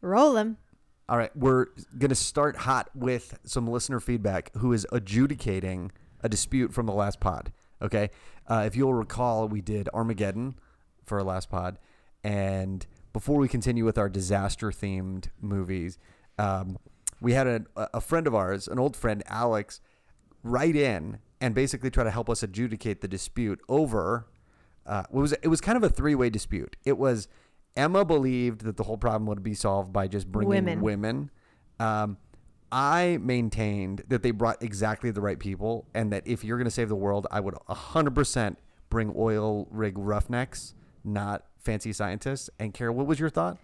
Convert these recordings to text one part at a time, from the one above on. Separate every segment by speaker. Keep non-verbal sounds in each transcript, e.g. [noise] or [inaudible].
Speaker 1: Roll them.
Speaker 2: All right, we're going to start hot with some listener feedback who is adjudicating a dispute from the last pod. Okay. Uh, if you'll recall, we did Armageddon for our last pod. And before we continue with our disaster themed movies, um, we had a, a friend of ours, an old friend, Alex, write in and basically try to help us adjudicate the dispute over uh, it was it was kind of a three way dispute. It was Emma believed that the whole problem would be solved by just bringing
Speaker 1: Women.
Speaker 2: women. Um, I maintained that they brought exactly the right people, and that if you're going to save the world, I would 100% bring oil rig roughnecks, not fancy scientists. And Carol, what was your
Speaker 1: [laughs]
Speaker 2: thought?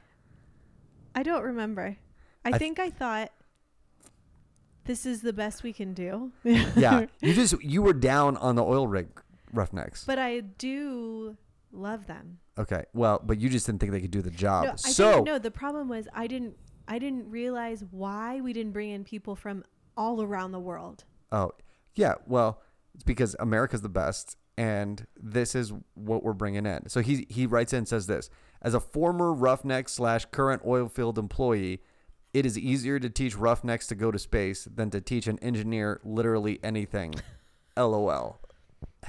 Speaker 1: I don't remember. I,
Speaker 2: th-
Speaker 1: think I thought this is the best we can [laughs] do.
Speaker 2: Yeah, you just you were down on the oil rig roughnecks.
Speaker 1: but I do love them.
Speaker 2: okay, well, but you just didn't think they could do the job.
Speaker 1: no, I
Speaker 2: Uh, so
Speaker 1: think, no, the problem was I didn't I didn't realize why we didn't bring in people from all around the world.
Speaker 2: Oh, yeah. Well, it's because America's the best, and this is what we're bringing in. So he he writes in and says this: as a former roughneck slash current oil field employee, it is easier to teach roughnecks to go to space than to teach an engineer literally anything. LOL.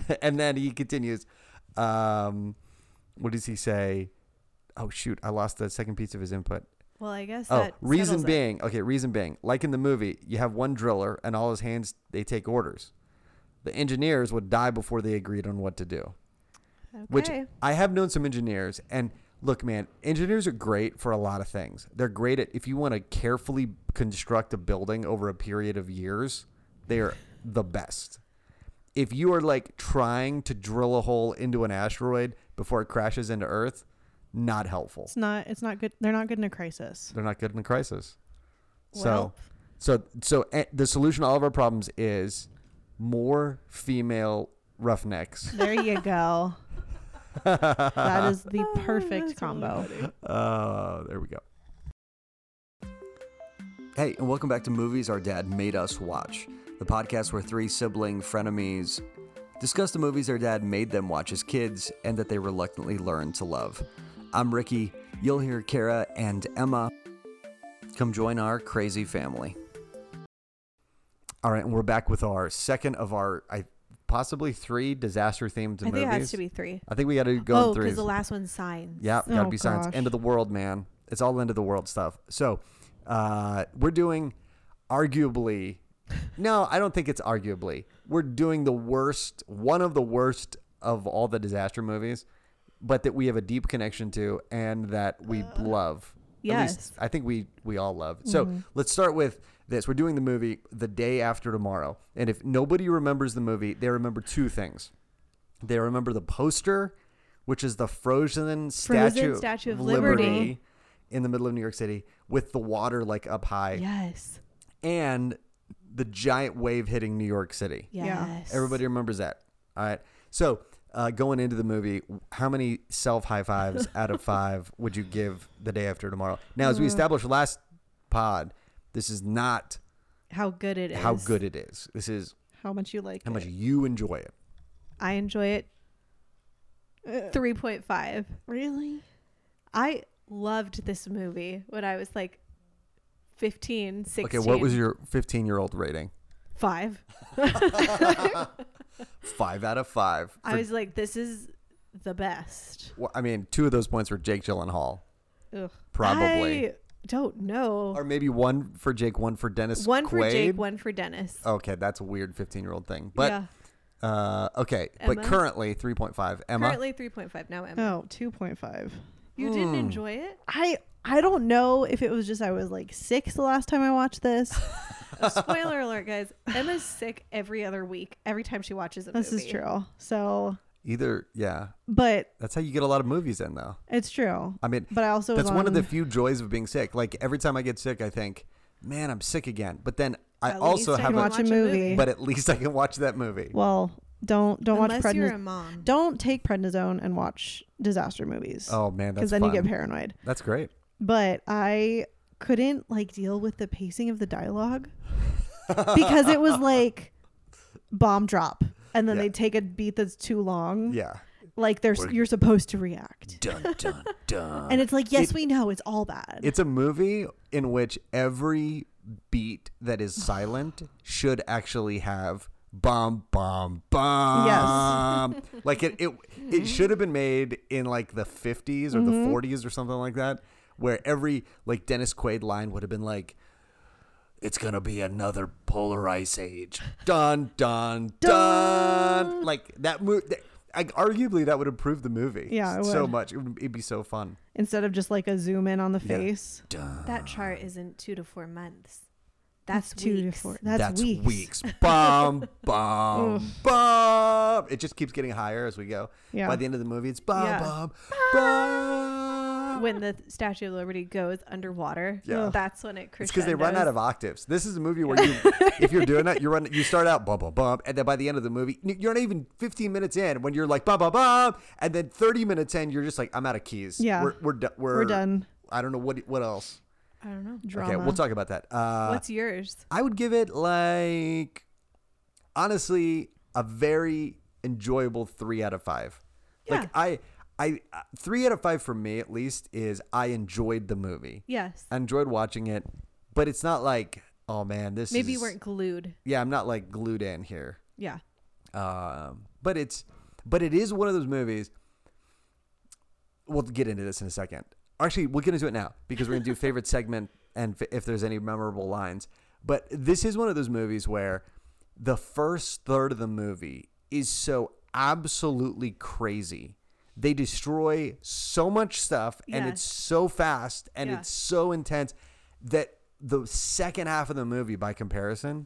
Speaker 2: [laughs] and then he continues. Um, what does he say? Oh shoot! I lost the second piece of his input.
Speaker 1: Well, I guess
Speaker 2: Oh,
Speaker 1: that
Speaker 2: reason
Speaker 1: settles it.
Speaker 2: being, okay, reason being, like in the movie, you have one driller and all his hands they take orders. The engineers would die before they agreed on what to do. Which
Speaker 1: Okay.
Speaker 2: I have known some engineers and look, man, engineers are great for a lot of things. They're great at if you want to carefully construct a building over a period of years, they are the best. If you are like trying to drill a hole into an asteroid before it crashes into Earth, not helpful.
Speaker 3: It's not. It's not good. They're not good in a crisis.
Speaker 2: They're not good in a crisis.
Speaker 1: Well.
Speaker 2: So, so, so eh, the solution to all of our problems is more female roughnecks.
Speaker 3: [laughs] There you go. that is [laughs] the perfect
Speaker 1: That's really
Speaker 3: combo.
Speaker 1: funny.
Speaker 2: Uh, there we go. Hey, and welcome back to Movies Our Dad Made Us Watch, the podcast where three sibling frenemies discuss the movies their dad made them watch as kids and that they reluctantly learned to love. I'm Ricky. You'll hear Kara and Emma. Come join our crazy family. All right, and we're back with our second of our I, possibly three disaster themed
Speaker 1: I
Speaker 2: movies.
Speaker 1: think it has to be three.
Speaker 2: I think we got to go
Speaker 1: oh,
Speaker 2: in threes.
Speaker 1: because the last one's signs.
Speaker 2: Yeah, gotta
Speaker 3: Oh,
Speaker 2: be science.
Speaker 3: gosh.
Speaker 2: End of the world, man. It's all end of the world stuff. So, uh, we're doing arguably. [laughs] No, I don't think it's arguably. We're doing the worst, one of the worst of all the disaster movies, but that we have a deep connection to and that we love. At least
Speaker 3: Uh, yes. Mm-hmm.
Speaker 2: I think we we all love. So let's start with this. We're doing the movie the day after tomorrow, and if nobody remembers the movie, they remember two things. They remember the poster, which is the frozen statue,
Speaker 1: Statue of Liberty.
Speaker 2: in the middle of New York City with the water like up high,
Speaker 1: Yes.
Speaker 2: and the giant wave hitting New York City.
Speaker 1: Yes.
Speaker 3: Yeah.
Speaker 2: Everybody remembers that. All right. So uh, going into the movie, how many self high
Speaker 1: [laughs]
Speaker 2: fives out of five would you give the day after tomorrow? Now,
Speaker 1: Mm.
Speaker 2: as we established last pod, this is not
Speaker 1: How good it is.
Speaker 2: how good it is. This is
Speaker 3: How much you like?
Speaker 2: how much
Speaker 3: it.
Speaker 2: you enjoy it.
Speaker 1: I enjoy it.
Speaker 3: Uh,
Speaker 1: 3.5.
Speaker 3: Really?
Speaker 1: I loved this movie when I was like 15, 16.
Speaker 2: Okay, what was your 15 year old rating?
Speaker 1: Five.
Speaker 2: Five out of five. For,
Speaker 1: I was like, this is the best.
Speaker 2: well, I mean, two of those points were Jake Gyllenhaal,
Speaker 1: Ugh.
Speaker 2: probably,
Speaker 1: I don't know.
Speaker 2: or maybe one for Jake, one for Dennis.
Speaker 1: one
Speaker 2: Quaid.
Speaker 1: for Jake, one for Dennis.
Speaker 2: Okay, that's a weird 15 year old thing, Uh, but
Speaker 1: yeah.
Speaker 2: uh, okay, but
Speaker 1: Emma?
Speaker 2: currently 3.5. Emma,
Speaker 1: Currently 3.5. Now, Emma.
Speaker 3: Oh, 2.5.
Speaker 1: You didn't
Speaker 2: Mm.
Speaker 1: enjoy it?
Speaker 3: I I don't know if it was just I was like six the last time I
Speaker 2: [laughs]
Speaker 3: watched this.
Speaker 1: Oh, Spoiler alert, guys. Emma's sick every other week, every time she watches a
Speaker 3: This
Speaker 1: movie.
Speaker 3: is true. So,
Speaker 2: Either, yeah.
Speaker 3: but
Speaker 2: That's how you get a lot of movies in, though.
Speaker 3: it's true.
Speaker 2: I mean,
Speaker 3: But I also was
Speaker 2: that's one of the
Speaker 3: on-
Speaker 2: few joys of being sick. Like every time I get sick, I think, "Man, I'm sick again." But then I
Speaker 1: At
Speaker 2: also
Speaker 1: least I
Speaker 2: have
Speaker 1: can
Speaker 2: a,
Speaker 3: watch a movie.
Speaker 2: but at least I can watch that movie.
Speaker 3: well, don't don't
Speaker 1: Unless
Speaker 3: watch
Speaker 1: you're a
Speaker 3: prednisone.
Speaker 1: mom.
Speaker 3: Don't take prednisone and watch disaster movies.
Speaker 2: oh man,
Speaker 1: [laughs]
Speaker 2: that's
Speaker 3: Because then
Speaker 2: fun.
Speaker 3: you get paranoid.
Speaker 2: that's great.
Speaker 3: But I couldn't like deal with the pacing of
Speaker 2: [laughs]
Speaker 3: the dialogue because it was like bomb drop, and then
Speaker 2: Yeah.
Speaker 3: they take a beat that's too long.
Speaker 2: Yeah,
Speaker 3: like there's
Speaker 2: We're-
Speaker 3: you're supposed to react.
Speaker 2: Dun dun [laughs] dun.
Speaker 3: And it's like, yes,
Speaker 2: It-
Speaker 3: we know it's all bad.
Speaker 2: It's a movie in which every beat that is
Speaker 3: [sighs]
Speaker 2: silent should actually have bomb bomb bomb. Yes. [laughs] like it it
Speaker 3: Mm-hmm.
Speaker 2: it should have been made in like the 50s or the 40s or something like that where every like Dennis Quaid line would have been like it's gonna be another polar ice age. Dun dun dun. Like that movie, like, arguably that would improve the movie.
Speaker 3: Yeah, it
Speaker 2: so
Speaker 3: would.
Speaker 2: much. It would, it'd be so fun.
Speaker 3: Instead of just like a zoom in on the
Speaker 2: Yeah.
Speaker 3: face.
Speaker 2: Dun.
Speaker 1: That chart isn't two to four months. That's
Speaker 3: Two to
Speaker 1: weeks.
Speaker 3: four. That's, weeks. [laughs]
Speaker 2: Bomb, bomb, bomb. It just keeps getting higher as we go.
Speaker 3: Yeah.
Speaker 2: By the end of the movie, it's bomb,
Speaker 1: Yeah.
Speaker 2: bomb, bomb.
Speaker 1: [laughs] When the Statue of Liberty goes underwater,
Speaker 2: Yeah.
Speaker 1: that's when it
Speaker 2: it's
Speaker 1: crescendos.
Speaker 2: because they run out of octaves. This is a movie where
Speaker 3: [laughs]
Speaker 2: you, if you're doing that, you run, you start out bum bum bum, and then by the end of the movie, you're not even 15 minutes in when you're like bum bum bum, and then 30 minutes in, you're just like, I'm out of keys.
Speaker 3: Yeah.
Speaker 2: we're we're, do- we're
Speaker 3: We're done.
Speaker 2: I don't know what what else.
Speaker 1: I don't know.
Speaker 3: Drama.
Speaker 2: Okay, we'll talk about that. Uh,
Speaker 1: What's yours?
Speaker 2: I would give it like honestly a very enjoyable 3 out of 5.
Speaker 1: Yeah.
Speaker 2: Like I I 3 out of 5 for me at least is I enjoyed the movie.
Speaker 1: Yes.
Speaker 2: I enjoyed watching it, but it's not like oh man, this
Speaker 1: Maybe you
Speaker 2: is-
Speaker 1: weren't glued.
Speaker 2: Yeah, I'm not like glued in here.
Speaker 1: Yeah.
Speaker 2: Um, but it's but it is one of those movies. We'll get into this in a second. Actually, we'll get into it now because we're gonna do favorite segment and f- if there's any memorable lines. But this is one of those movies where the first third of the movie is so absolutely crazy. They destroy so much stuff and it's
Speaker 1: Yes.
Speaker 2: so fast and
Speaker 1: Yeah.
Speaker 2: it's so intense that the second half of the movie, by comparison,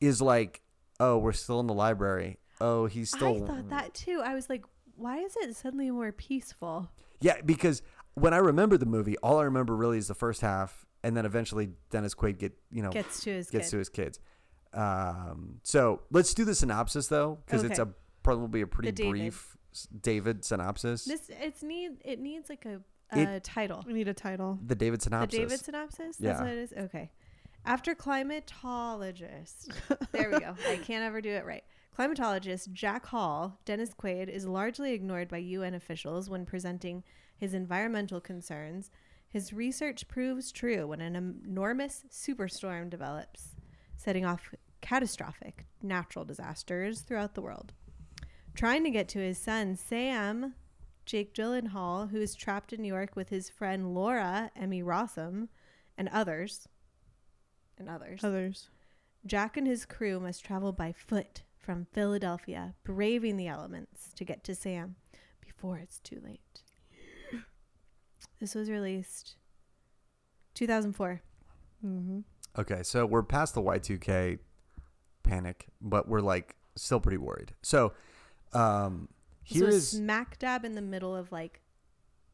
Speaker 2: is like, oh, we're still in the library. Oh, he's still.
Speaker 1: I thought that too. I was like, why is it suddenly more peaceful?
Speaker 2: Yeah, because when I remember the movie, all I remember really is the first half, and then eventually Dennis Quaid get you know
Speaker 1: Gets to his
Speaker 2: gets
Speaker 1: kid.
Speaker 2: to his kids. Um, so let's do the synopsis though, because it's a
Speaker 1: Okay.
Speaker 2: probably a pretty
Speaker 1: The David.
Speaker 2: brief s- David synopsis.
Speaker 1: This it's need it needs like a,
Speaker 2: It-
Speaker 1: a title.
Speaker 3: We need a title.
Speaker 2: the David synopsis.
Speaker 1: The David synopsis?
Speaker 2: Yeah.
Speaker 1: That's what it is? Okay. After climatologist. [laughs] there we go. I can't ever do it right. Climatologist Jack Hall, Dennis Quaid, is largely ignored by UN officials when presenting his environmental concerns. His research proves true when an enormous superstorm develops, setting off catastrophic natural disasters throughout the world. Trying to get to his son, Sam, Jake Gyllenhaal, who is trapped in New York with his friend Laura Emmy Rossum and others, and others,
Speaker 3: Others.
Speaker 1: Jack and his crew must travel by foot from Philadelphia, braving the elements to get to Sam before it's too late. This was released 2004.
Speaker 3: Mm-hmm.
Speaker 2: Okay, so we're past the Y2K panic, but we're like still pretty worried. So, um,
Speaker 1: This
Speaker 2: here
Speaker 1: was
Speaker 2: is
Speaker 1: smack dab in the middle of like,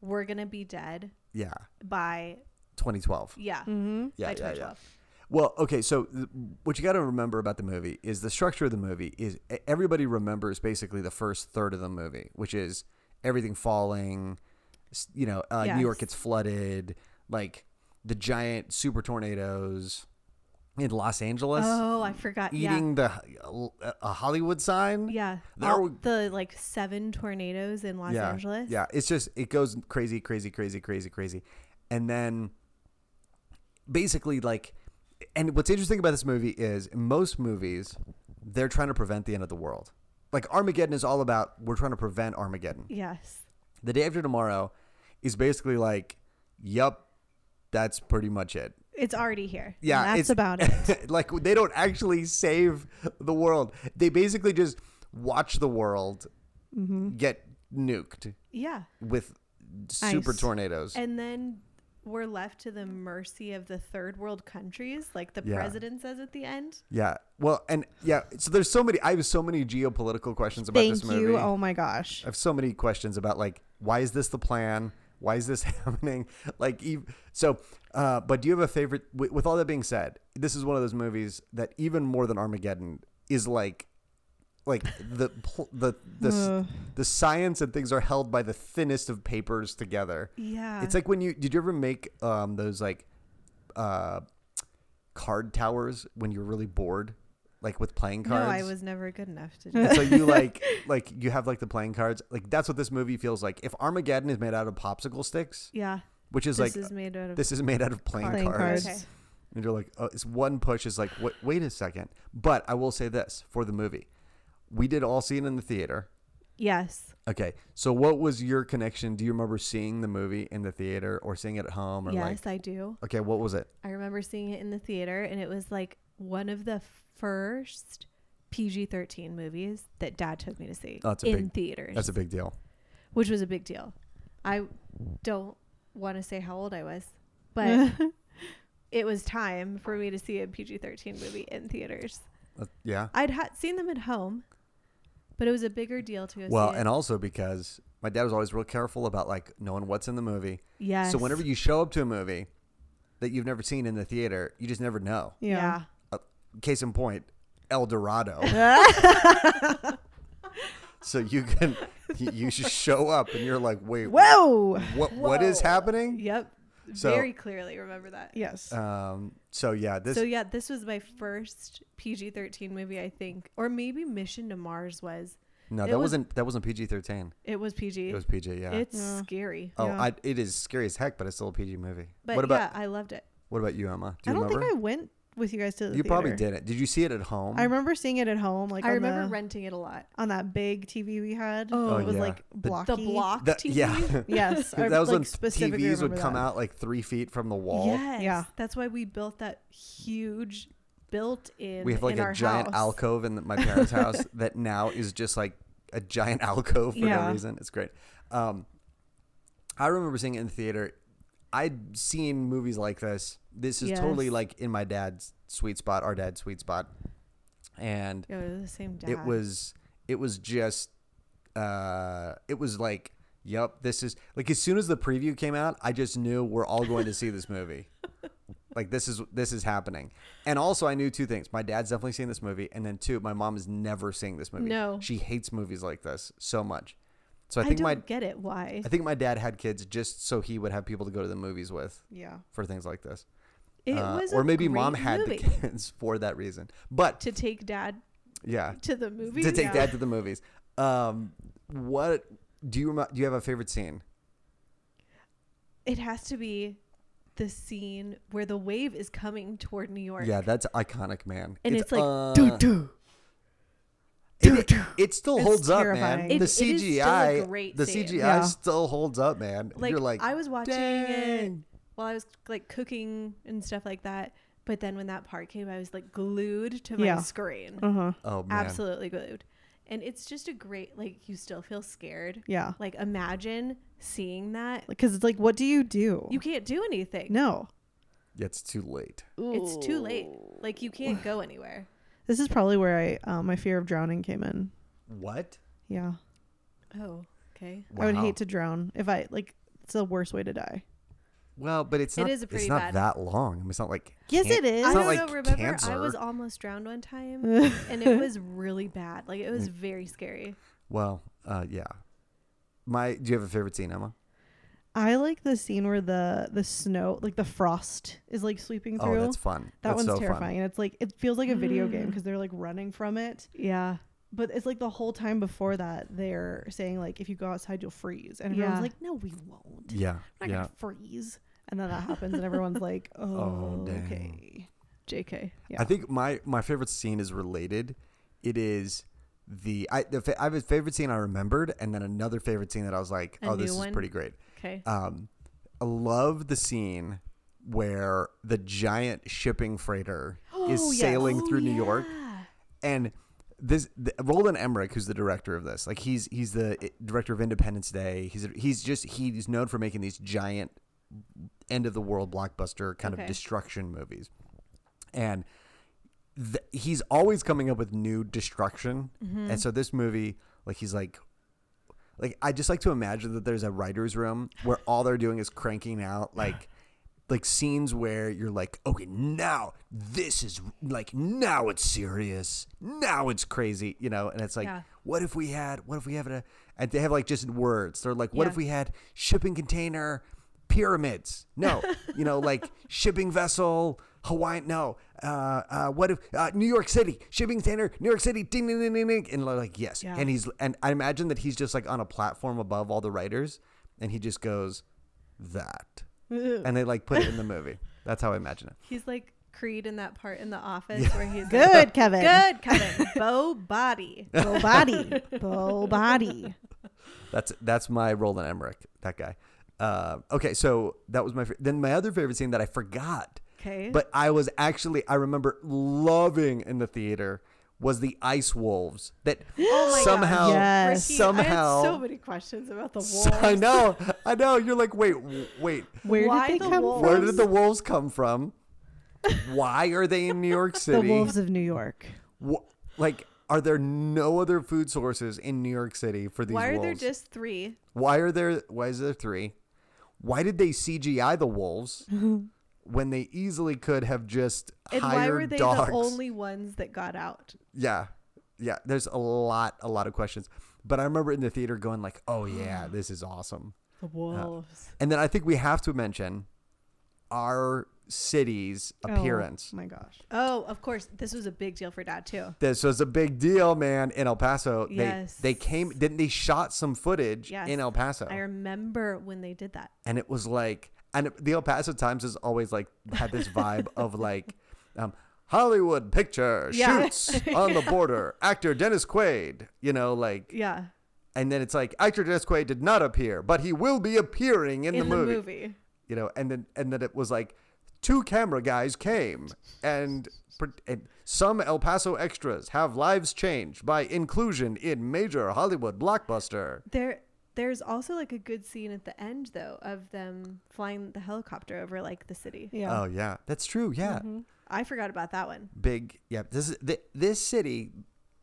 Speaker 1: we're gonna be dead
Speaker 2: yeah,
Speaker 1: by
Speaker 2: 2012.
Speaker 1: yeah,
Speaker 3: Mm-hmm.
Speaker 2: Yeah,
Speaker 1: by
Speaker 2: yeah, yeah.
Speaker 1: 2012.
Speaker 2: Well, okay, so th- what you got to remember about the movie is the structure of the movie is e- everybody remembers basically the first third of the movie, which is everything falling, s- you know, uh, New York
Speaker 1: Yes.
Speaker 2: gets flooded, like the giant super tornadoes in Los Angeles
Speaker 1: Oh, I forgot. yeah.
Speaker 2: eating the uh, a Hollywood sign.
Speaker 1: Yeah.
Speaker 2: There
Speaker 1: all
Speaker 2: were-
Speaker 1: the like seven tornadoes in Los
Speaker 2: yeah,
Speaker 1: Angeles.
Speaker 2: Yeah, it's just it goes crazy, crazy, crazy, crazy, crazy, and then basically like, and what's interesting about this movie is in most movies they're trying to prevent the end of the world. Like Armageddon is all about we're trying to prevent Armageddon.
Speaker 1: Yes.
Speaker 2: The day after tomorrow is basically like, yup, that's pretty much it.
Speaker 1: It's already here.
Speaker 2: Yeah, it's- [laughs]
Speaker 3: That's about it.
Speaker 2: like they don't actually save the world. They basically just watch the world
Speaker 3: Mm-hmm.
Speaker 2: get nuked
Speaker 1: Yeah.
Speaker 2: with super
Speaker 3: Ice.
Speaker 2: tornadoes.
Speaker 1: And then we're left to the mercy of the third world countries, like the
Speaker 2: Yeah.
Speaker 1: president says at the end.
Speaker 2: yeah. Well, and yeah, so there's so many I have so many geopolitical questions about
Speaker 3: Thank
Speaker 2: this movie.
Speaker 3: you. Oh my gosh.
Speaker 2: I have so many questions about like why is this the plan? Why is this [laughs] happening? Like ev- so uh but do you have a favorite with, with all that being said, this is one of those movies that even more than Armageddon is like like the pl- the the, s
Speaker 3: Ugh.
Speaker 2: the science and things are held by the thinnest of papers together.
Speaker 1: Yeah.
Speaker 2: It's like when you did you ever make um those like uh card towers when you're really bored? like with playing
Speaker 1: No,
Speaker 2: cards.
Speaker 1: I was [laughs] never good enough
Speaker 2: [laughs]
Speaker 1: to do
Speaker 2: And
Speaker 1: that.
Speaker 2: so you like like you have like the playing cards. Like that's what this movie feels like. If Armageddon is made out of popsicle sticks,
Speaker 1: [laughs] Yeah,
Speaker 2: which is
Speaker 1: this
Speaker 2: like
Speaker 1: is made out of
Speaker 2: this is made out of playing,
Speaker 3: Playing
Speaker 2: cards.
Speaker 3: cards.
Speaker 1: Okay.
Speaker 2: And you're like, oh, it's one push is like, wait, wait a second. But I will say this for the movie, we did all see it in the theater.
Speaker 1: yes.
Speaker 2: Okay, so what was your connection? Do you remember seeing the movie in the theater or seeing it at home or
Speaker 1: Yes,
Speaker 2: like?
Speaker 1: I do.
Speaker 2: Okay, what was it?
Speaker 1: I remember seeing it in the theater, and it was like one of the first PG 13 movies that dad took me to see
Speaker 2: Oh, that's a
Speaker 1: in
Speaker 2: big-
Speaker 1: theaters,
Speaker 2: That's a big deal.
Speaker 1: which was a big deal. I don't want to say how old I was,
Speaker 3: [laughs]
Speaker 1: but it was time for me to see a PG 13 movie in theaters.
Speaker 2: Uh, yeah.
Speaker 1: I'd ha- seen them at home, but it was a bigger deal to go
Speaker 2: Well,
Speaker 1: see.
Speaker 2: and also because my dad was always real careful about like knowing what's in the movie.
Speaker 1: yes.
Speaker 2: So whenever you show up to a movie that you've never seen in the theater, you just never know.
Speaker 1: yeah.
Speaker 3: Yeah.
Speaker 2: Case in point,
Speaker 1: [laughs]
Speaker 2: El Dorado. so you can you you just show up and you're like, wait,
Speaker 3: Whoa.
Speaker 2: what what is
Speaker 1: Whoa.
Speaker 2: happening?
Speaker 1: Yep.
Speaker 2: So-
Speaker 1: Very clearly remember that.
Speaker 3: Yes.
Speaker 2: Um. So yeah, this
Speaker 1: so yeah, this was my first PG thirteen movie, I think, or maybe Mission to Mars was.
Speaker 2: no,
Speaker 1: it
Speaker 2: that
Speaker 1: was-
Speaker 2: was, not that wasn't PG thirteen.
Speaker 1: It was PG.
Speaker 2: It was PG. Yeah.
Speaker 1: It's
Speaker 3: Yeah.
Speaker 1: scary,
Speaker 2: oh,
Speaker 3: yeah.
Speaker 2: I, it is scary as heck, but it's still a PG movie.
Speaker 1: but
Speaker 2: what
Speaker 1: yeah,
Speaker 2: about
Speaker 1: I loved it.
Speaker 2: what about you, Emma? Do
Speaker 3: I
Speaker 2: you
Speaker 3: don't
Speaker 2: remember?
Speaker 3: think I went with you guys to the
Speaker 2: you probably
Speaker 3: theater.
Speaker 2: didn't. Did you see it at home?
Speaker 3: I remember seeing it at home, like
Speaker 1: I
Speaker 3: on
Speaker 1: remember
Speaker 3: the,
Speaker 1: renting it a lot.
Speaker 3: on that big TV we had.
Speaker 1: Oh,
Speaker 3: it was
Speaker 2: yeah.
Speaker 3: like
Speaker 2: The-
Speaker 3: blocky.
Speaker 1: The block
Speaker 2: That-
Speaker 1: TV.
Speaker 2: Yeah.
Speaker 3: [laughs]
Speaker 2: [laughs]
Speaker 3: Yes, I,
Speaker 2: that was
Speaker 3: like,
Speaker 2: when
Speaker 3: specifically
Speaker 2: TVs would
Speaker 3: remember
Speaker 2: come
Speaker 3: that.
Speaker 2: out like three feet from the wall.
Speaker 1: Yes.
Speaker 3: Yeah.
Speaker 1: That's why we built that huge built in.
Speaker 2: We have like
Speaker 1: in
Speaker 2: a
Speaker 1: our
Speaker 2: giant
Speaker 1: house.
Speaker 2: alcove in the, my parents'
Speaker 3: [laughs]
Speaker 2: house that now is just like a giant [laughs] alcove for
Speaker 3: Yeah.
Speaker 2: no reason. It's great. Um, I remember seeing it in the theater. I'd seen movies like this. This is totally
Speaker 1: Yes.
Speaker 2: like in my dad's sweet spot, our dad's sweet spot, and
Speaker 1: It was the same dad.
Speaker 2: it was it was just uh, it was like, yep, this is like as soon as the preview came out, I just knew we're all going to see
Speaker 1: [laughs]
Speaker 2: this movie. like this is this is happening. And also I knew two things. My dad's definitely seen this movie and then two, my mom is never seeing this movie.
Speaker 1: No.
Speaker 2: She hates movies like this so much. So
Speaker 1: I,
Speaker 2: I think
Speaker 1: don't
Speaker 2: my
Speaker 1: get it. Why?
Speaker 2: I think my dad had kids just so he would have people to go to the movies with
Speaker 3: Yeah.
Speaker 2: for things like this.
Speaker 1: It
Speaker 2: Uh,
Speaker 1: was,
Speaker 2: or
Speaker 1: a
Speaker 2: maybe
Speaker 1: great
Speaker 2: mom had
Speaker 1: movie.
Speaker 2: the [laughs] kids for that reason.
Speaker 1: [laughs]
Speaker 2: But
Speaker 1: to take dad
Speaker 2: yeah,
Speaker 1: to the movie.
Speaker 2: to take
Speaker 3: Yeah.
Speaker 2: that to the movies. Um, what do you remember? Do you have a favorite scene?
Speaker 1: It has to be the scene where the wave is coming toward New York.
Speaker 2: Yeah, that's iconic, man.
Speaker 1: And it's like,
Speaker 2: uh,
Speaker 3: Doo doo.
Speaker 2: it, it still
Speaker 3: It's
Speaker 2: holds up,
Speaker 3: terrifying.
Speaker 2: man.
Speaker 1: It- it
Speaker 2: the
Speaker 1: is still a
Speaker 2: CGI,
Speaker 1: great
Speaker 2: the
Speaker 1: scene.
Speaker 2: CGI
Speaker 3: Yeah.
Speaker 2: still holds up, man.
Speaker 1: Like,
Speaker 2: You're like,
Speaker 1: I was watching it
Speaker 2: dang.
Speaker 1: while I was like cooking and stuff like that. But then when that part came, I was like glued to my
Speaker 3: Yeah.
Speaker 1: screen.
Speaker 3: Uh huh.
Speaker 2: Oh man,
Speaker 1: Absolutely glued. And it's just a great like you still feel scared.
Speaker 3: Yeah.
Speaker 1: Like imagine seeing that.
Speaker 3: Because it's like, what do you do?
Speaker 1: You can't do anything.
Speaker 3: no.
Speaker 2: Yeah, it's too late.
Speaker 1: It's too late. Like you can't [sighs] go anywhere.
Speaker 3: This is probably where I uh, my fear of drowning came in.
Speaker 2: What?
Speaker 3: Yeah.
Speaker 1: Oh, okay.
Speaker 3: I would
Speaker 2: Wow.
Speaker 3: hate to drown if I like. It's the worst way to die.
Speaker 2: Well, but it's
Speaker 1: It
Speaker 2: not.
Speaker 1: is a pretty
Speaker 2: it's not
Speaker 1: bad-
Speaker 2: that long. I mean, it's not like.
Speaker 3: Yes,
Speaker 2: can-
Speaker 3: it is.
Speaker 2: It's
Speaker 1: I
Speaker 2: not
Speaker 1: don't
Speaker 2: like
Speaker 1: know, remember
Speaker 2: cancer.
Speaker 1: I was almost drowned one time and it [laughs] was really bad. Like it was
Speaker 2: Mm.
Speaker 1: very scary.
Speaker 2: well, uh, yeah. My, do you have a favorite scene, Emma?
Speaker 3: I like the scene where the the snow, like the frost, is like sweeping
Speaker 2: Oh,
Speaker 3: through.
Speaker 2: that's fun.
Speaker 3: that
Speaker 2: that's
Speaker 3: one's
Speaker 2: so fun.
Speaker 3: terrifying, and it's like it feels like a video game
Speaker 1: Mm.
Speaker 3: because they're like running from it.
Speaker 1: Yeah.
Speaker 3: But it's like the whole time before that they're saying like if you go outside you'll freeze, and everyone's
Speaker 1: Yeah.
Speaker 3: like, no, we won't.
Speaker 2: Yeah,
Speaker 3: We're not
Speaker 2: yeah.
Speaker 3: gonna freeze. And then that happens, and everyone's
Speaker 2: [laughs]
Speaker 3: like, oh,
Speaker 2: dang.
Speaker 3: okay.
Speaker 1: JK.
Speaker 2: I think my my favorite scene is related. It is the I the fa- I have a favorite scene I remembered, and then another favorite scene that I was like,
Speaker 1: A
Speaker 2: oh, this
Speaker 1: new
Speaker 2: is
Speaker 1: one?
Speaker 2: pretty great.
Speaker 1: Okay.
Speaker 2: Um, I love the scene where the giant shipping freighter
Speaker 1: [gasps] Oh,
Speaker 2: Uh, is
Speaker 1: yes.
Speaker 2: sailing
Speaker 1: Oh,
Speaker 2: through New York,
Speaker 1: yeah.
Speaker 2: and this the, Roland Emmerich, who's the director of this, like he's he's the i- director of Independence Day. He's he's just he's known for making these giant end of the world blockbuster kind
Speaker 1: Okay.
Speaker 2: of destruction movies, and th- he's always coming up with new destruction. And so this movie, like he's like. Like I just like to imagine that there's a writer's room where all they're doing is cranking out like like scenes where you're like, okay, now this is like now it's serious, now it's crazy, you know, and it's like,
Speaker 1: Yeah.
Speaker 2: what if we had, what if we have a, and they have like just words. They're like, what
Speaker 1: Yeah.
Speaker 2: if we had
Speaker 1: [laughs]
Speaker 2: shipping container pyramids? No, you know, like shipping vessel, Hawaii, no. Uh, uh, what if uh, New York City shipping center, New York City, ding, ding, ding, ding, ding, and like yes,
Speaker 3: Yeah.
Speaker 2: and he's and I imagine that he's just like on a platform above all the writers, and he just goes that, and they like put it in the movie. That's how I imagine it.
Speaker 1: He's like Creed in that part in The Office where he's like,
Speaker 3: Good, Kevin.
Speaker 1: good, [laughs] Kevin. Bo body.
Speaker 2: [laughs]
Speaker 3: Bo
Speaker 1: [laughs]
Speaker 3: body. Bo body.
Speaker 2: That's that's my Roland Emmerich, that guy. Uh, okay, so that was my fa- then my other favorite scene that I forgot,
Speaker 1: Okay.
Speaker 2: but I was actually I remember loving in the theater was the ice wolves that
Speaker 1: [gasps] Oh my
Speaker 2: somehow
Speaker 1: gosh.
Speaker 3: Yes.
Speaker 1: Ricky, I
Speaker 2: somehow
Speaker 1: had so many questions about the wolves.
Speaker 2: [laughs] I know I know you're like wait w- wait
Speaker 3: Where
Speaker 1: Why
Speaker 3: did they
Speaker 1: the
Speaker 3: come
Speaker 1: wolves?
Speaker 2: where
Speaker 3: from?
Speaker 2: did the wolves come from? Why are they in
Speaker 1: [laughs]
Speaker 2: New York
Speaker 3: the
Speaker 2: City?
Speaker 3: wolves of New York.
Speaker 2: Wh- like are there no other food sources in New York City for these
Speaker 1: Why are
Speaker 2: wolves?
Speaker 1: there just three?
Speaker 2: Why are there? Why is there three? Why did they CGI
Speaker 1: [laughs]
Speaker 2: the wolves when they easily could have just
Speaker 1: And
Speaker 2: hired
Speaker 1: why were they
Speaker 2: dogs?
Speaker 1: the only ones that got out?
Speaker 2: yeah, yeah. There's a lot, a lot of questions. But I remember in the theater going like, "Oh
Speaker 1: [gasps]
Speaker 2: yeah, this is awesome."
Speaker 1: The wolves.
Speaker 2: And then I think we have to mention our city's appearance.
Speaker 3: Oh, my gosh.
Speaker 1: Oh, of course. This was a big deal for Dad too.
Speaker 2: This was a big deal, man. In El Paso,
Speaker 1: Yes.
Speaker 2: they they came. Didn't they shot some footage
Speaker 1: Yes.
Speaker 2: in El Paso?
Speaker 1: I remember when they did that.
Speaker 2: and it was like and it- the El Paso Times has always like had this vibe
Speaker 1: [laughs]
Speaker 2: of like um, Hollywood picture
Speaker 1: Yeah. [laughs]
Speaker 2: shoots on the border actor Dennis Quaid you know like
Speaker 1: Yeah.
Speaker 2: and then it's like actor Dennis Quaid did not appear but he will be appearing in,
Speaker 1: In,
Speaker 2: the, movie. you know and then and then it was like two camera guys came and, pre- and some El Paso extras have lives changed by inclusion in major Hollywood blockbuster
Speaker 1: There there's also like a good scene at the end though of them flying the helicopter over like the city.
Speaker 3: Yeah.
Speaker 2: oh yeah that's true yeah
Speaker 1: Mm-hmm. I forgot about that one.
Speaker 2: big yeah this is th- this city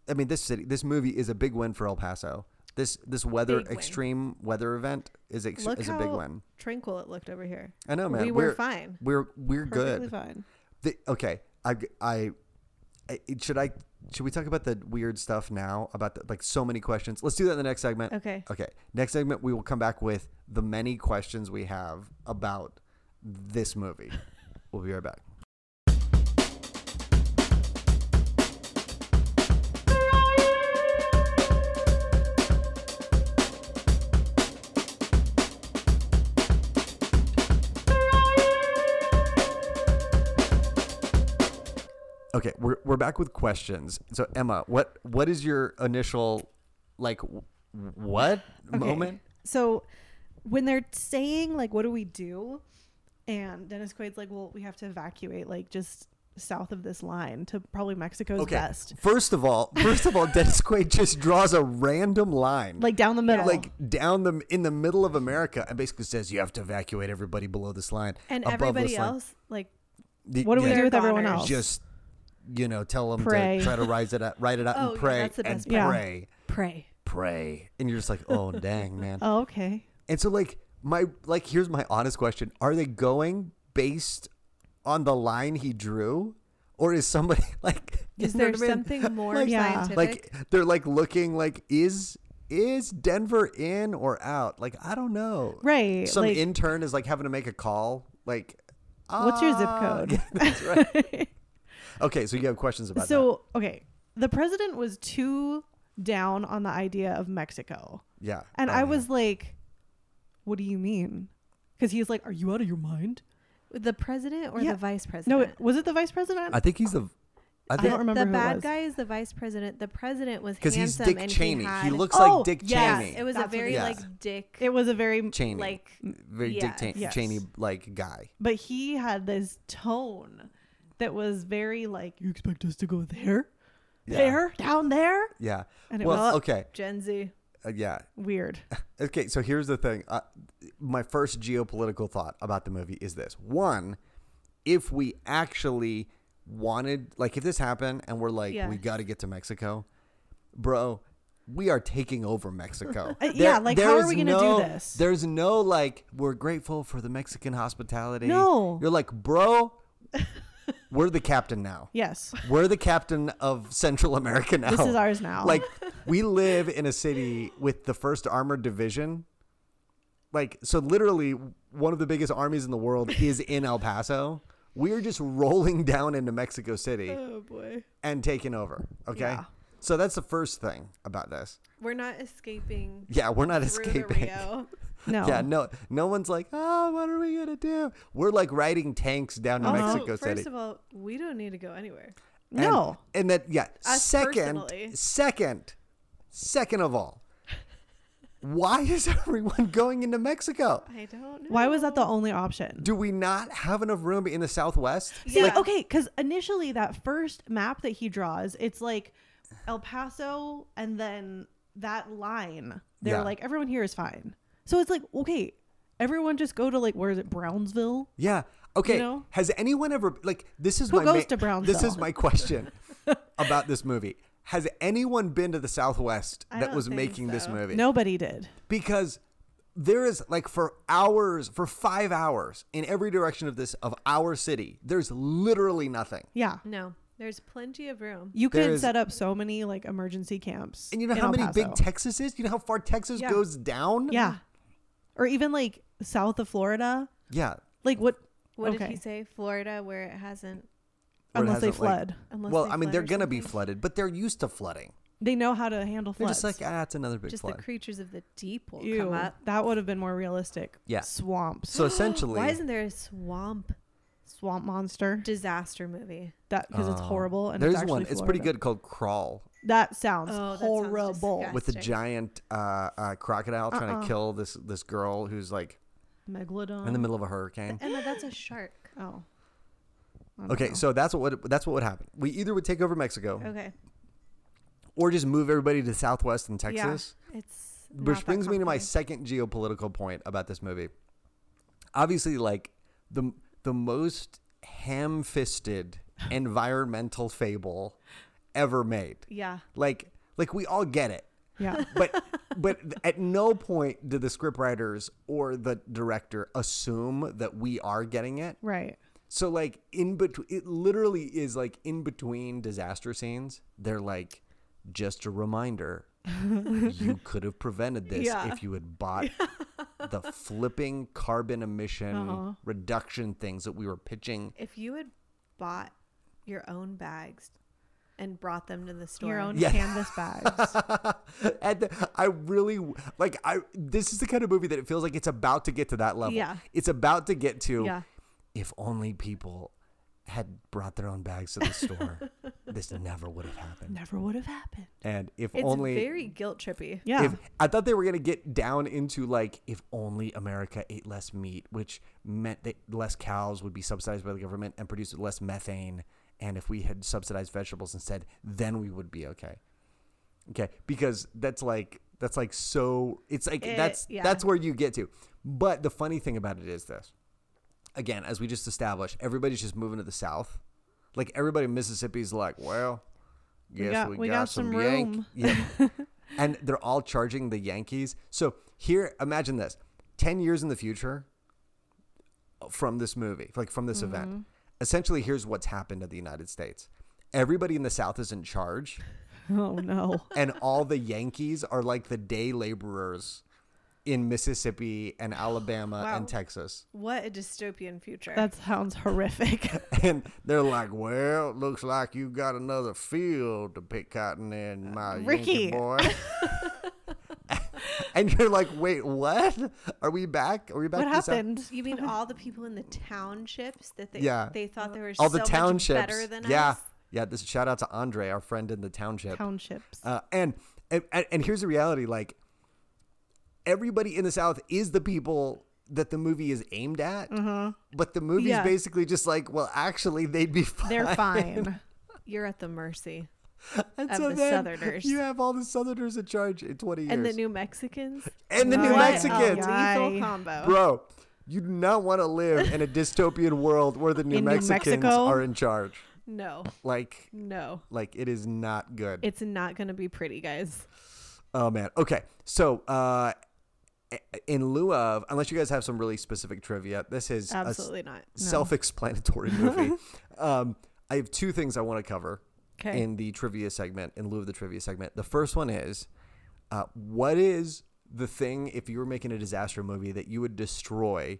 Speaker 2: i mean this city this movie is a big win for el paso this this weather
Speaker 1: Big win.
Speaker 2: extreme weather event is ex-
Speaker 1: Look
Speaker 2: is a
Speaker 1: how
Speaker 2: big one
Speaker 1: tranquil it looked over here.
Speaker 2: i know Oh, man
Speaker 1: we were
Speaker 2: we're
Speaker 1: fine.
Speaker 2: we're we're
Speaker 3: Perfectly
Speaker 2: Oh, good
Speaker 3: fine.
Speaker 2: the, okay I, g- I- I- should i should we talk about the weird stuff now about the, like so many questions let's do that in the next segment
Speaker 1: Okay.
Speaker 2: okay next segment we will come back with the many questions we have about this
Speaker 3: [laughs]
Speaker 2: movie we'll be right back Okay, we're, we're back with questions. So Emma, what what is your initial like w- what
Speaker 3: Okay.
Speaker 2: moment?
Speaker 3: So when they're saying like, "What do we do?" and Dennis Quaid's like, "Well, we have to evacuate like just south of this line to probably Mexico's
Speaker 2: Okay.
Speaker 3: best,
Speaker 2: First of all, first of all, Dennis Quaid just draws a random line.
Speaker 3: like down the middle."
Speaker 2: like down the in the middle of America and basically says you have to evacuate everybody below this line.
Speaker 1: And
Speaker 2: above
Speaker 1: everybody
Speaker 2: this line."
Speaker 1: else like
Speaker 2: The-
Speaker 3: what do we
Speaker 2: yeah,
Speaker 3: do with everyone
Speaker 1: Goners.
Speaker 3: else?
Speaker 2: Just you know, tell them
Speaker 3: Pray.
Speaker 2: to try to rise it up, write it out
Speaker 1: Oh,
Speaker 2: and
Speaker 1: yeah,
Speaker 2: pray
Speaker 1: that's the
Speaker 2: and
Speaker 1: best
Speaker 3: part. Yeah.
Speaker 2: pray,
Speaker 1: pray.
Speaker 2: pray. And you're just like, "Oh,
Speaker 1: [laughs]
Speaker 2: dang, man."
Speaker 3: oh, okay.
Speaker 2: And so like my like here's my honest question. Are they going based on the line he drew? Or is somebody [laughs] like
Speaker 1: Is
Speaker 2: [laughs] you know
Speaker 1: there
Speaker 2: what I mean?
Speaker 1: something more
Speaker 2: [laughs] Like-
Speaker 3: Yeah.
Speaker 1: scientific?
Speaker 2: like they're like looking like is is Denver in or out? Like I don't know.
Speaker 3: Right.
Speaker 2: Some
Speaker 3: like,
Speaker 2: intern is like having to make a call. Like
Speaker 3: What's your zip
Speaker 2: ah,
Speaker 3: code?
Speaker 2: yeah, that's right. [laughs]
Speaker 3: [laughs]
Speaker 2: okay, so you have questions about that.
Speaker 3: so okay, the president was too down on the idea of Mexico,
Speaker 2: Yeah.
Speaker 3: and
Speaker 2: Oh,
Speaker 3: I
Speaker 2: yeah.
Speaker 3: was like, "What do you mean?" Because he's like, "Are you out of your mind?"
Speaker 1: the president or
Speaker 3: Yeah.
Speaker 1: the vice president?
Speaker 3: No, it, was it the vice president?
Speaker 2: I think he's the I
Speaker 3: I
Speaker 2: think
Speaker 3: don't remember
Speaker 1: the
Speaker 3: who it
Speaker 1: bad
Speaker 3: was.
Speaker 1: guy is the vice president. The president was
Speaker 2: because
Speaker 1: handsome
Speaker 2: he's Dick
Speaker 1: and
Speaker 2: Cheney.
Speaker 1: He,
Speaker 2: He,
Speaker 1: had,
Speaker 2: looks
Speaker 3: Oh,
Speaker 2: like Dick
Speaker 3: yes.
Speaker 2: Cheney.
Speaker 1: It was
Speaker 3: That's
Speaker 1: a
Speaker 3: what
Speaker 1: very
Speaker 2: it is. Yeah.
Speaker 1: like Dick.
Speaker 3: It was a very
Speaker 2: Cheney.
Speaker 1: like
Speaker 2: very
Speaker 1: yes.
Speaker 2: Dick Chan-
Speaker 3: Yes.
Speaker 2: Cheney like guy.
Speaker 3: but he had this tone that was very like you expect us to go there
Speaker 2: Yeah.
Speaker 3: there down there
Speaker 2: Yeah.
Speaker 3: and it
Speaker 2: well,
Speaker 3: was
Speaker 2: okay.
Speaker 1: Gen Z.
Speaker 2: Uh, yeah. [laughs]
Speaker 3: weird
Speaker 2: Okay. So here's the thing. Uh, my first geopolitical thought about the movie is this: one, if we actually wanted, like, if this happened and we're like,
Speaker 1: Yeah.
Speaker 2: we got to get to Mexico, bro, we are taking over Mexico.
Speaker 3: [laughs] Uh, yeah, like, how
Speaker 2: there
Speaker 3: are
Speaker 2: is
Speaker 3: we gonna do
Speaker 2: no-
Speaker 3: this?
Speaker 2: There's no like, we're grateful for the Mexican hospitality.
Speaker 3: No.
Speaker 2: you're like, bro, we're the captain now. [laughs]
Speaker 3: yes
Speaker 2: We're the captain of Central America now.
Speaker 3: This is ours now.
Speaker 2: [laughs] Like we live in a city with the first armored division.
Speaker 1: [laughs]
Speaker 2: Like so literally one of the biggest armies in the world is in El Paso. We're just rolling [laughs] down into Mexico City
Speaker 3: [laughs] Oh boy.
Speaker 2: and taking over. Okay.
Speaker 3: Yeah.
Speaker 2: So that's the first thing about this.
Speaker 1: We're not escaping.
Speaker 2: Yeah, we're [laughs] not
Speaker 1: through the
Speaker 2: escaping.
Speaker 1: Rio.
Speaker 3: No.
Speaker 2: [laughs] Yeah, no, no one's like, oh, what are we gonna do? We're like riding tanks down to
Speaker 1: Also,
Speaker 2: Mexico City.
Speaker 1: Oh, First of all, we don't need to go anywhere.
Speaker 2: And-
Speaker 3: No.
Speaker 2: And, that yeah,
Speaker 1: Us
Speaker 2: second
Speaker 1: personally.
Speaker 2: second second of all. Why is [laughs] everyone going into Mexico?
Speaker 1: I don't know.
Speaker 3: Why was that the only option?
Speaker 2: Do we not have enough room in the Southwest?
Speaker 3: See, like,
Speaker 1: Yeah.
Speaker 3: okay, because initially that first map that he draws, it's like El Paso and then that line. They're
Speaker 2: Yeah.
Speaker 3: like, everyone here is fine. So it's like, okay, everyone just go to like, where is it, Brownsville?
Speaker 2: Yeah. Okay.
Speaker 3: know?
Speaker 2: Has anyone ever like this is
Speaker 3: Who
Speaker 2: my
Speaker 3: goes to
Speaker 2: This is
Speaker 3: Brownsville?
Speaker 2: my question about this movie. Has anyone been to the Southwest
Speaker 1: I
Speaker 2: that
Speaker 1: don't
Speaker 2: was
Speaker 1: think
Speaker 2: making this
Speaker 1: so.
Speaker 2: movie?
Speaker 3: Nobody did.
Speaker 2: because there is like for hours for five hours in every direction of this of our city there's literally nothing
Speaker 3: Yeah.
Speaker 1: No, there's plenty of room.
Speaker 3: You
Speaker 2: There
Speaker 3: could
Speaker 2: is-
Speaker 3: set up so many like emergency camps.
Speaker 2: and you know
Speaker 3: in
Speaker 2: how
Speaker 3: El
Speaker 2: many big
Speaker 3: Paso.
Speaker 2: texas is you know how far texas
Speaker 1: Yeah.
Speaker 2: goes down
Speaker 3: Yeah. Or even like south of Florida.
Speaker 2: yeah
Speaker 3: Like what?
Speaker 1: What did
Speaker 3: Okay.
Speaker 1: he say? Florida, where it hasn't.
Speaker 2: Where it
Speaker 3: unless they
Speaker 2: hasn't, like-
Speaker 3: flood.
Speaker 1: Unless
Speaker 2: well
Speaker 1: they
Speaker 2: i mean
Speaker 1: flood
Speaker 2: they're
Speaker 1: or
Speaker 2: gonna be
Speaker 1: something.
Speaker 2: flooded but they're used to flooding
Speaker 3: they know how to handle
Speaker 2: they're
Speaker 3: floods.
Speaker 2: just like ah it's another big
Speaker 1: Just
Speaker 2: flood
Speaker 1: the creatures of the deep will
Speaker 3: Ew,
Speaker 1: come up.
Speaker 3: that would have been more realistic.
Speaker 2: Yeah.
Speaker 3: Swamps.
Speaker 2: so
Speaker 3: [gasps]
Speaker 2: essentially
Speaker 1: Why isn't there a swamp
Speaker 3: swamp monster.
Speaker 1: disaster movie?
Speaker 3: That because it's
Speaker 2: Oh.
Speaker 3: horrible and
Speaker 2: there's
Speaker 3: it's actually
Speaker 2: one it's pretty
Speaker 3: Florida.
Speaker 2: good called crawl
Speaker 3: That sounds
Speaker 1: Oh, that sounds
Speaker 3: horrible.
Speaker 1: disgusting.
Speaker 2: with the
Speaker 1: Disgusting.
Speaker 2: giant uh, uh, crocodile trying to
Speaker 3: Uh-uh. Mm.
Speaker 2: kill this this girl who's like
Speaker 3: Megalodon.
Speaker 2: in the middle of a hurricane
Speaker 1: Emma, that's a shark.
Speaker 3: Oh. I don't
Speaker 2: okay
Speaker 3: know.
Speaker 2: so that's what would, that's what would happen we either would take over mexico
Speaker 1: Okay.
Speaker 2: or just move everybody to Southwest and Texas.
Speaker 1: It's
Speaker 2: Which brings me to my second geopolitical point about this movie. Obviously, like the the most ham-fisted environmental fable ever made.
Speaker 1: yeah.
Speaker 2: Like, like we all get it, [laughs]
Speaker 3: Yeah.
Speaker 2: but but at no point did the scriptwriters or the director assume that we are getting it.
Speaker 3: right.
Speaker 2: So like in between, it literally is like in between disaster scenes. They're like, just a
Speaker 3: [laughs]
Speaker 2: reminder, you could have prevented this
Speaker 3: [laughs] Yeah.
Speaker 2: if you had bought the flipping carbon emission
Speaker 3: Uh-huh.
Speaker 2: reduction things that we were pitching.
Speaker 1: If you had bought your own bags and brought them to the store,
Speaker 3: Your own
Speaker 2: Yeah. [laughs]
Speaker 3: canvas bags.
Speaker 2: and the- I really like I. This is the kind of movie that it feels like it's about to get to that level.
Speaker 1: Yeah.
Speaker 2: it's about to get to.
Speaker 1: yeah,
Speaker 2: If only people had brought their own bags to the store,
Speaker 3: [laughs]
Speaker 2: this never would have happened.
Speaker 3: Never would have happened.
Speaker 2: And if
Speaker 1: it's
Speaker 2: only
Speaker 1: very guilt trippy.
Speaker 3: Yeah.
Speaker 2: If, I thought they were gonna get down into like if only America ate less meat, which meant that less cows would be subsidized by the government and produce less methane, and if we had subsidized vegetables instead, then we would be okay. Okay, because that's like that's like so it's like
Speaker 1: It-
Speaker 2: that's
Speaker 1: Eh, yeah.
Speaker 2: that's where you get to. But the funny thing about it is this. Again, as we just established, everybody's just moving to the south. Like everybody in Mississippi's like, well, yes, we got, we got some, Yank-
Speaker 3: room.
Speaker 2: [laughs] Yeah, and they're all charging the Yankees. So here, imagine this: ten years in the future from this movie, like from this event. Essentially, here's what's happened to the United States: everybody in the South is in charge,
Speaker 3: Oh no.
Speaker 1: [laughs]
Speaker 2: and all [laughs] the Yankees are like the day laborers in Mississippi and Alabama and
Speaker 1: Wow.
Speaker 2: Texas.
Speaker 1: What a dystopian future.
Speaker 3: That sounds horrific.
Speaker 2: [laughs] And they're like, "Well, looks like you got another field to pick cotton
Speaker 1: Uh,
Speaker 2: in, my Yankee
Speaker 1: [laughs]
Speaker 3: Ricky.
Speaker 2: boy." [laughs] and you're like, "Wait, what? Are we back? Are we back?"
Speaker 3: what
Speaker 2: to South-"
Speaker 3: happened?
Speaker 1: you
Speaker 3: [laughs]
Speaker 1: mean all the people in the townships that they
Speaker 2: Yeah.
Speaker 1: they thought they were
Speaker 2: All
Speaker 1: so
Speaker 2: the
Speaker 1: much
Speaker 2: townships.
Speaker 1: better than
Speaker 2: yeah,
Speaker 1: us?
Speaker 2: yeah. This shout out to Andre, our friend in the township. [laughs]
Speaker 3: Townships.
Speaker 2: Uh, and, and and here's the reality: like everybody in the South is the people that the movie is aimed at,
Speaker 1: Mm-hmm.
Speaker 2: but the movie's
Speaker 3: Yeah.
Speaker 2: basically just like, well, actually, they'd be fine. [laughs]
Speaker 3: They're fine.
Speaker 1: You're at the mercy
Speaker 2: And
Speaker 1: of
Speaker 2: so
Speaker 1: the
Speaker 2: then
Speaker 1: Southerners.
Speaker 2: You have all the Southerners in charge in 20 years.
Speaker 1: and the New Mexicans.
Speaker 2: And the New
Speaker 1: What a
Speaker 2: Mexicans.
Speaker 1: lethal
Speaker 3: Yay.
Speaker 1: combo.
Speaker 2: Bro, you do not want to live in a dystopian world where the New
Speaker 3: In New
Speaker 2: Mexicans
Speaker 3: Mexico?
Speaker 2: are in charge.
Speaker 1: No,
Speaker 2: Like,
Speaker 1: no,
Speaker 2: like it is not good.
Speaker 1: it's not gonna be pretty, guys.
Speaker 2: oh, man. Okay. So, uh, in lieu of, unless you guys have some really specific trivia, this is a s-
Speaker 1: Absolutely not.
Speaker 2: self-explanatory movie. um, I have two things I want to cover.
Speaker 1: Okay.
Speaker 2: in the trivia segment, in lieu of the trivia segment. The first one is uh, what is the thing, if you were making a disaster movie, that you would destroy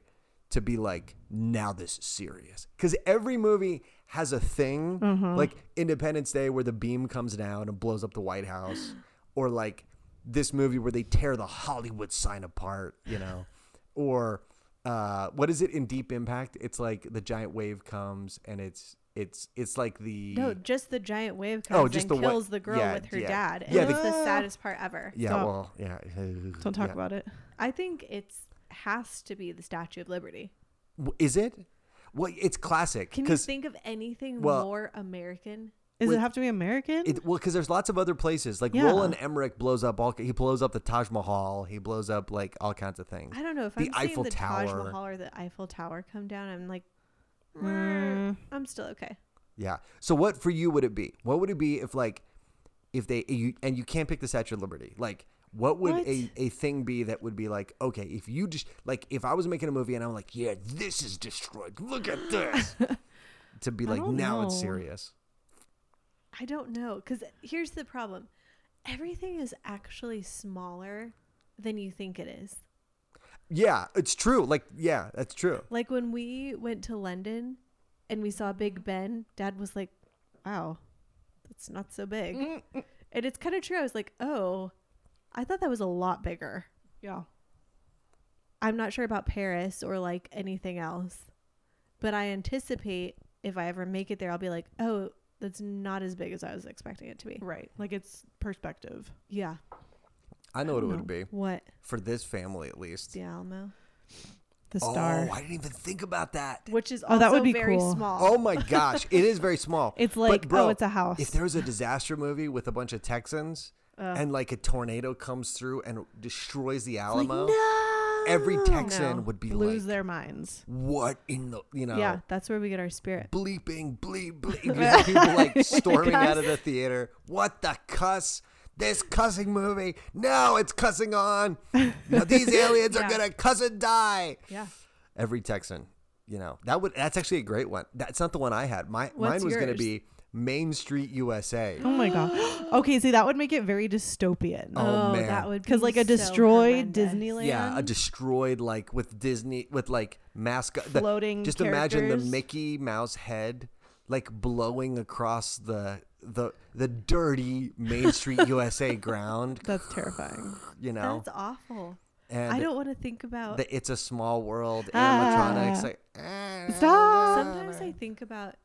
Speaker 2: to be like, now this is serious. Because every movie has a thing, like Independence Day, where the beam comes down and blows up the White House, or like this movie where they tear the Hollywood sign apart, you know, or uh, what is it in Deep Impact? It's like the giant wave comes and it's it's it's like the
Speaker 1: No, just the giant wave comes
Speaker 2: Oh, just
Speaker 1: and
Speaker 2: the wa-
Speaker 1: kills the girl
Speaker 2: yeah,
Speaker 1: with her
Speaker 2: yeah.
Speaker 1: dad, and
Speaker 2: Yeah,
Speaker 1: it's
Speaker 2: the- [laughs]
Speaker 1: the saddest part ever.
Speaker 2: yeah
Speaker 3: Stop.
Speaker 2: well yeah
Speaker 3: Don't talk
Speaker 2: yeah.
Speaker 3: about it.
Speaker 1: I think it's has to be the Statue of Liberty.
Speaker 2: W- Is it? Well, it's classic.
Speaker 1: Can you
Speaker 2: 'cause
Speaker 1: think of anything
Speaker 2: well-
Speaker 1: more American?
Speaker 3: Does
Speaker 2: With-
Speaker 3: it have to be American?
Speaker 2: It, well, because there's lots of other places. Like
Speaker 3: Yeah.
Speaker 2: Roland Emmerich blows up all. He blows up the Taj Mahal. He blows up like all kinds of things.
Speaker 1: I don't know if
Speaker 2: The
Speaker 1: I'm seeing
Speaker 2: Eiffel
Speaker 1: the Taj
Speaker 2: Tower.
Speaker 1: Mahal or the Eiffel Tower come down. I'm like,
Speaker 3: Mm.
Speaker 1: "Meh, I'm still okay.
Speaker 2: Yeah. So what for you would it be? What would it be if like if they you, and you can't pick the Statue of Liberty? Like what would A,
Speaker 3: What?
Speaker 2: a thing be that would be like okay if you just like if I was making a movie and I'm like yeah this is destroyed look at this
Speaker 3: [laughs]
Speaker 2: to be
Speaker 3: I
Speaker 2: like
Speaker 3: don't
Speaker 2: now it's
Speaker 3: know.
Speaker 2: serious
Speaker 1: I don't know because here's the problem: everything is actually smaller than you think it is.
Speaker 2: yeah it's true like yeah that's true
Speaker 1: Like when we went to London and we saw Big Ben, Dad was like, "Wow, that's not so big," and it's kind of true. I was like, "Oh, I thought that was a lot bigger."
Speaker 3: yeah.
Speaker 1: I'm not sure about Paris or like anything else, but I anticipate if I ever make it there, I'll be like, oh, that's not as big as I was expecting it to be.
Speaker 3: Right. Like it's perspective.
Speaker 1: Yeah.
Speaker 2: I know what it
Speaker 3: don't
Speaker 2: would be
Speaker 1: What?
Speaker 2: for this family at least
Speaker 1: The Alamo,
Speaker 3: The star.
Speaker 2: oh I didn't even think about that
Speaker 1: which is
Speaker 3: Oh,
Speaker 1: also
Speaker 3: that would be
Speaker 1: very
Speaker 3: cool.
Speaker 1: small.
Speaker 2: Oh my gosh, it is very small.
Speaker 3: It's
Speaker 2: But,
Speaker 3: like,
Speaker 2: bro,
Speaker 3: oh, it's a house.
Speaker 2: If there was a disaster movie with a bunch of Texans and like a tornado comes through and destroys the Alamo,
Speaker 3: Oh
Speaker 2: every Texan
Speaker 3: No.
Speaker 2: would be
Speaker 3: lose
Speaker 2: like,
Speaker 3: their minds.
Speaker 2: "What in the you know?"
Speaker 1: Yeah, that's where we get our spirit.
Speaker 2: Bleeping, bleep,
Speaker 1: [laughs]
Speaker 2: bleep. You know, people like storming out of the theater. What the cuss? This cussing movie. No, it's cussing on. You know,
Speaker 1: [laughs]
Speaker 2: these aliens are
Speaker 1: Yeah.
Speaker 2: gonna cuss and die.
Speaker 1: Yeah.
Speaker 2: Every Texan, you know that would. That's actually a great one. That's not the one I had. My mine
Speaker 1: What's
Speaker 2: was gonna
Speaker 1: yours?
Speaker 2: be Main Street USA.
Speaker 3: Oh my god. [gasps] Okay, see that would make it very dystopian.
Speaker 2: Oh, man.
Speaker 1: that would
Speaker 3: Because
Speaker 1: be
Speaker 3: like a
Speaker 1: so
Speaker 3: destroyed
Speaker 1: horrendous.
Speaker 3: Disneyland.
Speaker 2: Yeah, a destroyed like with Disney with like mascot the-
Speaker 3: Floating
Speaker 2: Just imagine the
Speaker 3: characters.
Speaker 2: Mickey Mouse head like blowing across the the the dirty Main
Speaker 1: [laughs]
Speaker 2: Street USA ground,
Speaker 3: That's terrifying.
Speaker 2: [gasps] you know.
Speaker 1: That's awful.
Speaker 2: and
Speaker 1: I don't want to think about.
Speaker 2: the It's a Small World animatronics
Speaker 3: Ah.
Speaker 2: like ah.
Speaker 3: Stop.
Speaker 1: sometimes I think about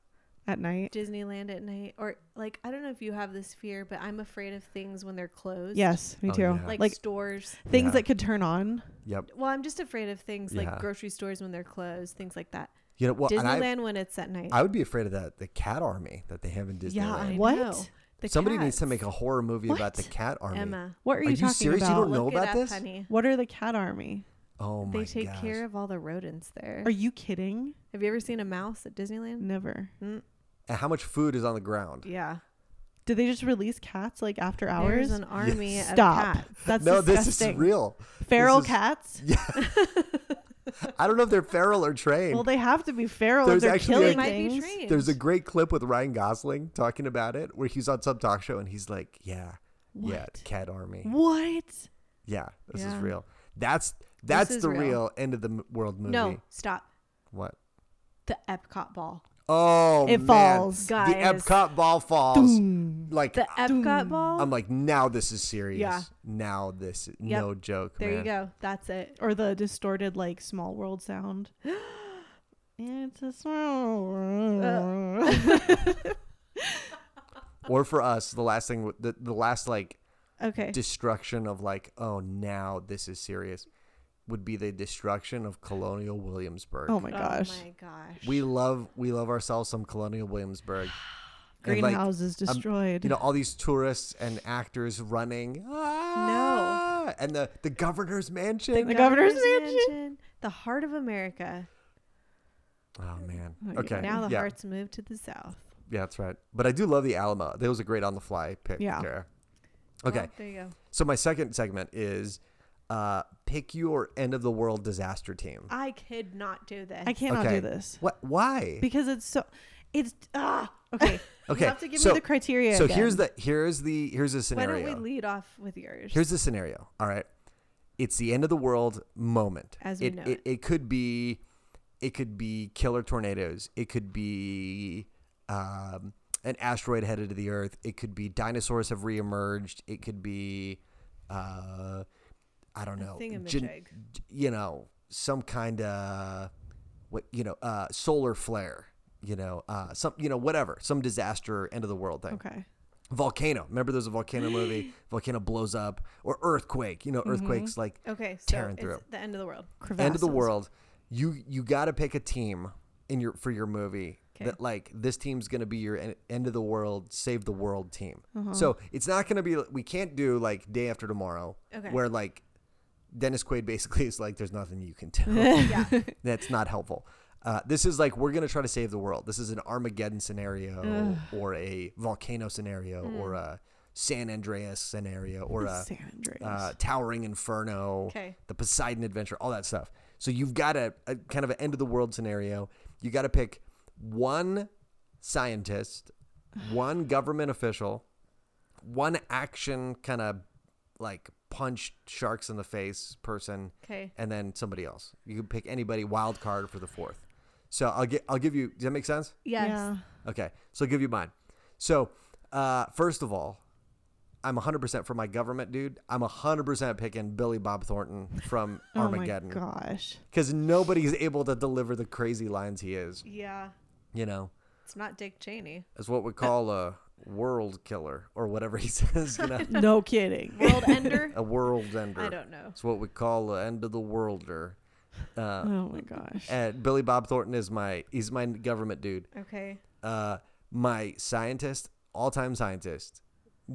Speaker 3: At night.
Speaker 1: Disneyland at night, or like I don't know if you have this fear, but I'm afraid of things when they're closed.
Speaker 3: Yes, me
Speaker 2: Oh,
Speaker 3: too.
Speaker 2: yeah.
Speaker 1: like,
Speaker 3: Like,
Speaker 1: stores.
Speaker 3: things
Speaker 2: Yeah.
Speaker 3: that could turn on.
Speaker 2: Yep.
Speaker 1: Well, I'm just afraid of things like
Speaker 2: Yeah.
Speaker 1: grocery stores when they're closed, things like that.
Speaker 2: You know what? and I
Speaker 1: Disneyland when it's at night.
Speaker 2: I would be afraid of that the cat army that they have in Disneyland.
Speaker 3: Yeah, I-
Speaker 1: I
Speaker 3: What?
Speaker 1: know. The
Speaker 2: Somebody needs to
Speaker 1: cats.
Speaker 2: make a horror movie about the
Speaker 3: What?
Speaker 2: cat army.
Speaker 1: Emma.
Speaker 3: What are
Speaker 2: Are
Speaker 3: you,
Speaker 2: you
Speaker 3: talking
Speaker 2: serious? You
Speaker 3: about?
Speaker 2: don't know
Speaker 1: Look it
Speaker 2: about
Speaker 1: up,
Speaker 2: this?
Speaker 1: honey.
Speaker 3: What are the cat army?
Speaker 2: Oh my
Speaker 1: They take
Speaker 2: gosh.
Speaker 1: care of all the rodents there.
Speaker 3: Are you kidding?
Speaker 1: Have you ever seen a mouse at Disneyland?
Speaker 3: Never.
Speaker 2: And how much food is on the ground?
Speaker 1: Yeah.
Speaker 3: Did they just release cats like after hours?
Speaker 1: There's an army of
Speaker 3: Stop.
Speaker 1: cats.
Speaker 3: That's
Speaker 2: no, this
Speaker 3: disgusting.
Speaker 2: is real.
Speaker 3: Feral
Speaker 2: is-
Speaker 3: cats?
Speaker 2: I don't know if they're feral or trained.
Speaker 3: Well, they have to be feral
Speaker 2: There's
Speaker 3: if they're
Speaker 2: actually a-
Speaker 1: They
Speaker 3: killing
Speaker 2: Like
Speaker 1: might be
Speaker 3: things.
Speaker 1: trained.
Speaker 2: There's a great clip with Ryan Gosling talking about it where he's on some talk show and he's like, Yeah, yeah,
Speaker 3: What?
Speaker 2: cat army.
Speaker 3: What?
Speaker 2: Yeah, this
Speaker 1: Yeah.
Speaker 2: is real. That's that's
Speaker 1: is
Speaker 2: the
Speaker 1: real.
Speaker 2: real. end of the m- world movie.
Speaker 1: No, stop.
Speaker 2: What?
Speaker 1: The Epcot ball.
Speaker 2: Oh,
Speaker 3: It
Speaker 2: man.
Speaker 3: falls.
Speaker 2: The
Speaker 1: Guys.
Speaker 2: Epcot ball falls. Like
Speaker 1: The Epcot ball.
Speaker 2: I'm like, now this is serious.
Speaker 1: Yeah.
Speaker 2: Now this is
Speaker 1: Yep.
Speaker 2: no joke.
Speaker 1: there you
Speaker 2: man.
Speaker 1: go. That's it.
Speaker 3: Or the distorted like small world sound. [gasps] it's a small world.
Speaker 2: Or for us, the last thing, w- the, the last like
Speaker 1: [laughs] Okay.
Speaker 2: destruction of like, oh, now this is serious, would be the destruction of Colonial Williamsburg.
Speaker 3: oh my
Speaker 1: oh
Speaker 3: gosh.
Speaker 1: my gosh.
Speaker 2: We love we love ourselves some Colonial
Speaker 3: [sighs]
Speaker 2: Williamsburg. And, like,
Speaker 3: Greenhouses
Speaker 2: um,
Speaker 3: destroyed.
Speaker 2: you know, all these tourists and actors running. Ah! And the, the governor's mansion.
Speaker 3: The governor's mansion.
Speaker 1: The heart of America.
Speaker 2: oh man.
Speaker 3: Oh, yeah.
Speaker 2: Okay.
Speaker 1: Now the
Speaker 2: yeah.
Speaker 1: heart's moved to the south.
Speaker 2: Yeah, that's right. But I do love the Alamo. That was a great on the fly pick.
Speaker 3: Yeah.
Speaker 2: Kara. Okay.
Speaker 1: Well, there you go.
Speaker 2: So my second segment is uh pick your end of the world disaster team.
Speaker 3: Uh,
Speaker 1: I could not do this.
Speaker 3: I cannot
Speaker 2: okay.
Speaker 3: do this
Speaker 2: What why?
Speaker 3: because it's so. It's ah
Speaker 2: [laughs]
Speaker 3: okay.
Speaker 2: Okay,
Speaker 3: You have to give
Speaker 2: so-
Speaker 3: me the criteria.
Speaker 2: so here's
Speaker 3: again.
Speaker 2: the here's the here's the
Speaker 1: [laughs] Why
Speaker 2: scenario.
Speaker 1: don't we lead off with yours?
Speaker 2: Here's the scenario. All right. It's the end of the world moment.
Speaker 1: As we
Speaker 2: it,
Speaker 1: know
Speaker 2: it. It could be It could be killer tornadoes. It could be um, an asteroid headed to the Earth. It could be dinosaurs have reemerged. It could be, uh, I don't know,
Speaker 1: thingamajig.
Speaker 2: d- you know, some kind of what you know, uh, solar flare. You know, uh, some you know whatever, some disaster, end of the world thing
Speaker 3: Okay.
Speaker 2: volcano. Remember, there's a
Speaker 1: [gasps]
Speaker 2: volcano movie. Volcano blows up, or earthquake. You know,
Speaker 1: Mm-hmm.
Speaker 2: earthquakes like
Speaker 1: Okay, so
Speaker 2: Tearing
Speaker 1: it's
Speaker 2: through.
Speaker 1: the end of the world.
Speaker 2: end of the
Speaker 3: Crevasses.
Speaker 2: world. You you got to pick a team in your for your movie
Speaker 1: Okay.
Speaker 2: that like this team's gonna be your en- end of the world, save the world team.
Speaker 1: Mm-hmm.
Speaker 2: So it's not gonna be. We can't do like day after tomorrow,
Speaker 1: Okay.
Speaker 2: where like Dennis Quaid basically is like, "There's nothing you
Speaker 1: [laughs]
Speaker 2: can do."
Speaker 1: Yeah.
Speaker 2: [laughs] That's not helpful. Uh, this is like we're gonna try to save the world. This is an Armageddon scenario, or a volcano scenario, or a San Andreas scenario, or a
Speaker 3: Hmm. [laughs] San Andreas.
Speaker 2: uh, Towering Inferno,
Speaker 1: Okay.
Speaker 2: the Poseidon Adventure, all that stuff. So you've got a, a kind of an end of the world scenario. You got to pick one
Speaker 3: [sighs]
Speaker 2: scientist, one government official, one action kind of like punch sharks in the face person,
Speaker 1: Okay.
Speaker 2: and then somebody else. You can pick anybody wild card for the fourth. So I'll get I'll give you. Does that make sense?
Speaker 1: Yes.
Speaker 3: Yeah.
Speaker 2: Okay, so I'll give you mine. So, uh, first of all, I'm 100% for my government, dude. I'm 100% picking Billy Bob Thornton from
Speaker 3: Oh my
Speaker 1: [laughs]
Speaker 2: Armageddon
Speaker 3: gosh.
Speaker 2: because nobody's able to deliver the crazy lines he is.
Speaker 1: Yeah.
Speaker 2: You know,
Speaker 1: It's not Dick Cheney.
Speaker 2: as what we call a world killer or whatever [laughs] he says. You
Speaker 3: [laughs]
Speaker 2: know,
Speaker 3: No kidding.
Speaker 1: World Ender?
Speaker 2: a world [laughs] ender.
Speaker 1: I don't know.
Speaker 2: It's what we call a end of the worlder. Uh,
Speaker 3: Oh my gosh.
Speaker 2: and Billy Bob Thornton is my he's my government dude.
Speaker 1: Okay.
Speaker 2: Uh, my scientist, all time scientist,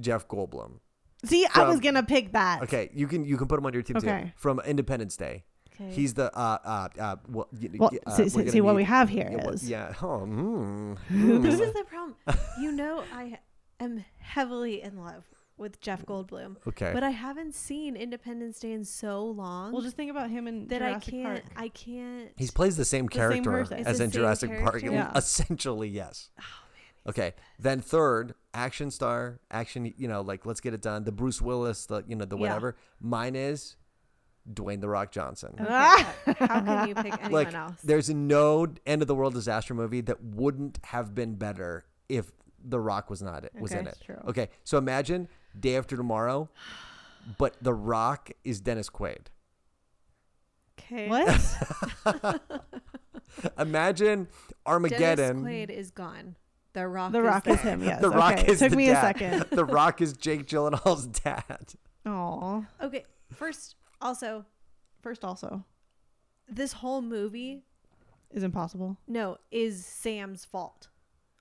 Speaker 2: Jeff Goldblum.
Speaker 3: See, I was
Speaker 2: from-
Speaker 3: gonna pick that.
Speaker 2: Okay, you can you can put him on your team too
Speaker 3: Okay.
Speaker 2: from Independence Day.
Speaker 1: Okay.
Speaker 2: He's the uh uh uh. Well, y-
Speaker 3: Well,
Speaker 2: y- uh,
Speaker 3: see, see,
Speaker 2: we're
Speaker 3: see
Speaker 2: gonna
Speaker 3: what we
Speaker 2: need-
Speaker 3: have here
Speaker 2: yeah, what-
Speaker 3: is-
Speaker 2: yeah. Oh, mm,
Speaker 3: [laughs]
Speaker 1: this
Speaker 2: mm.
Speaker 1: is the problem. You know, I am heavily in love with Jeff
Speaker 3: Mm.
Speaker 1: Goldblum,
Speaker 2: okay.
Speaker 1: but I haven't seen Independence Day in so long
Speaker 3: Well, just think about him in
Speaker 1: that
Speaker 3: Jurassic
Speaker 1: I can't.
Speaker 3: Park.
Speaker 1: I can't.
Speaker 2: he plays the same
Speaker 3: same
Speaker 2: character
Speaker 3: person. It's
Speaker 2: as
Speaker 1: the
Speaker 2: in
Speaker 1: same
Speaker 2: Jurassic Park.
Speaker 1: character?
Speaker 3: Yeah.
Speaker 2: Essentially, yes. Okay. Then third, action star, action. You know, like let's get it done. The Bruce Willis, the you know the
Speaker 1: Yeah.
Speaker 2: whatever. Mine is Dwayne the Rock Johnson.
Speaker 3: [laughs]
Speaker 1: Okay, how how can you pick anyone
Speaker 2: like
Speaker 1: else?
Speaker 2: there's no end of the world disaster movie that wouldn't have been better if the rock was not it was
Speaker 1: Okay,
Speaker 2: in it
Speaker 1: it's true.
Speaker 2: okay so imagine day after tomorrow but the rock is dennis quaid [laughs]
Speaker 1: Okay.
Speaker 3: [laughs]
Speaker 1: [laughs]
Speaker 3: What?
Speaker 2: imagine
Speaker 1: Dennis
Speaker 2: armageddon
Speaker 1: Quaid is gone. The Rock.
Speaker 3: the Rock
Speaker 1: there.
Speaker 3: is him. Yes.
Speaker 2: the rock
Speaker 3: okay.
Speaker 2: is
Speaker 3: Took
Speaker 2: the
Speaker 3: me
Speaker 2: dad.
Speaker 3: a second.
Speaker 2: [laughs] the rock is jake gyllenhaal's [laughs] dad
Speaker 3: Oh.
Speaker 1: [laughs] Okay. First, also,
Speaker 3: First, also
Speaker 1: this whole movie
Speaker 3: is impossible.
Speaker 1: no is Sam's fault.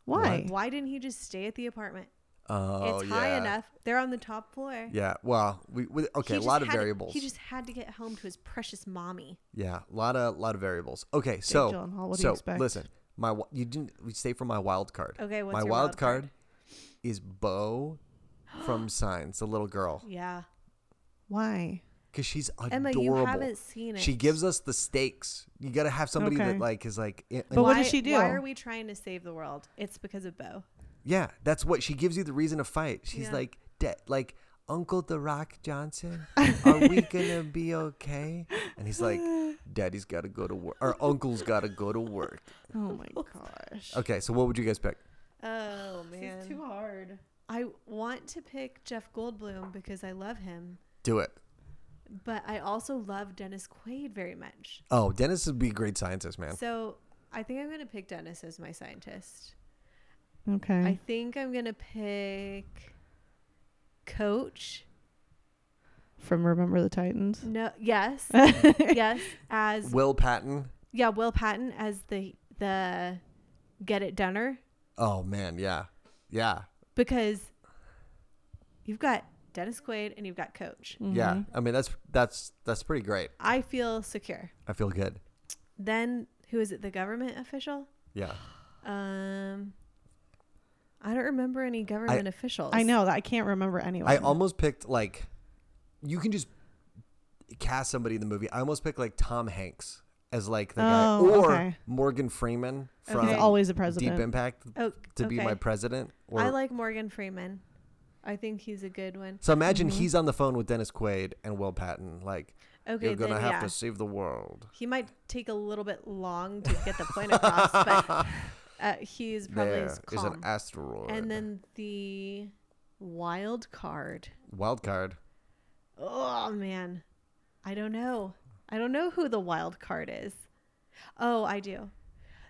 Speaker 3: Why?
Speaker 1: Why didn't he just stay at the apartment?
Speaker 2: oh
Speaker 1: it's
Speaker 2: yeah
Speaker 1: high enough. They're on the top floor.
Speaker 2: yeah well we, we
Speaker 1: He
Speaker 2: okay a
Speaker 1: just
Speaker 2: lot of
Speaker 1: had to-
Speaker 2: variables
Speaker 1: he just had to get home to his precious mommy.
Speaker 2: Yeah, a lot of lot of variables. Okay, so
Speaker 3: Gyllenhaal, what do
Speaker 2: so
Speaker 3: you expect?
Speaker 2: listen, my wi- you didn't we stay for my wild card.
Speaker 1: Okay, what's
Speaker 2: my
Speaker 1: your
Speaker 2: wild
Speaker 1: wild card?
Speaker 2: is Bo
Speaker 1: [gasps]
Speaker 2: from Signs, the little girl,
Speaker 1: Yeah.
Speaker 3: Why?
Speaker 2: because she's
Speaker 1: Emma,
Speaker 2: adorable.
Speaker 1: you haven't seen it.
Speaker 2: she gives us the stakes. You got to have somebody that
Speaker 3: Okay.
Speaker 2: like is like, i-
Speaker 3: But
Speaker 2: and-
Speaker 3: what does she do?
Speaker 1: Why are we trying to save the world? It's because of Bo.
Speaker 2: yeah, that's what she gives you the reason to fight. She's
Speaker 1: Yeah.
Speaker 2: like, de- like Uncle The Rock Johnson, are
Speaker 1: [laughs]
Speaker 2: we gonna be okay? And
Speaker 1: [sighs]
Speaker 2: he's like, Daddy's got to go to work, or Uncle's got to go to work.
Speaker 3: Oh my gosh.
Speaker 2: Okay, so what would you guys pick?
Speaker 1: Oh
Speaker 3: This is too
Speaker 1: man.
Speaker 3: hard.
Speaker 1: I want to pick Jeff Goldblum because I love him,
Speaker 2: Do it.
Speaker 1: but I also love Dennis Quaid very much.
Speaker 2: Oh, Dennis would be a great scientist, man.
Speaker 1: So I think I'm gonna pick Dennis as my scientist.
Speaker 3: Okay.
Speaker 1: I think I'm gonna pick Coach.
Speaker 3: From Remember the Titans.
Speaker 1: No,
Speaker 3: [laughs]
Speaker 1: yes,
Speaker 3: Mm-hmm.
Speaker 1: yes. As
Speaker 2: Will Patton.
Speaker 1: yeah, Will Patton as the the get it doneer
Speaker 2: Oh man, yeah, yeah,
Speaker 1: because you've got Dennis Quaid and you've got Coach.
Speaker 2: yeah.
Speaker 1: Mm-hmm.
Speaker 2: I mean, that's that's that's pretty great.
Speaker 1: I feel secure.
Speaker 2: I feel good.
Speaker 1: Then who is it? The government official?
Speaker 2: Yeah,
Speaker 1: Um, I don't remember any government officials.
Speaker 3: I know that I can't remember anyone.
Speaker 2: I almost picked like, you can just cast somebody in the movie. I almost picked like Tom Hanks as like the guy,
Speaker 3: Oh,
Speaker 2: or
Speaker 3: okay.
Speaker 2: Morgan Freeman from
Speaker 3: He's always the
Speaker 2: Deep
Speaker 3: president.
Speaker 2: Impact
Speaker 1: Oh,
Speaker 2: to be my
Speaker 1: okay.
Speaker 2: president. Or,
Speaker 1: I like Morgan Freeman. I think he's a good one.
Speaker 2: so imagine he's on the phone with Dennis Quaid and Will Patton, like,
Speaker 1: Okay,
Speaker 2: You're
Speaker 1: then
Speaker 2: gonna have
Speaker 1: yeah.
Speaker 2: to save the world.
Speaker 1: He might take a little bit long to get the point across,
Speaker 2: [laughs]
Speaker 1: but uh, he's probably
Speaker 2: There
Speaker 1: as
Speaker 2: is
Speaker 1: calm.
Speaker 2: an asteroid.
Speaker 1: and then the wild card.
Speaker 2: wild card.
Speaker 1: Oh man, I don't know. I don't know who the wild card is. Oh, I do.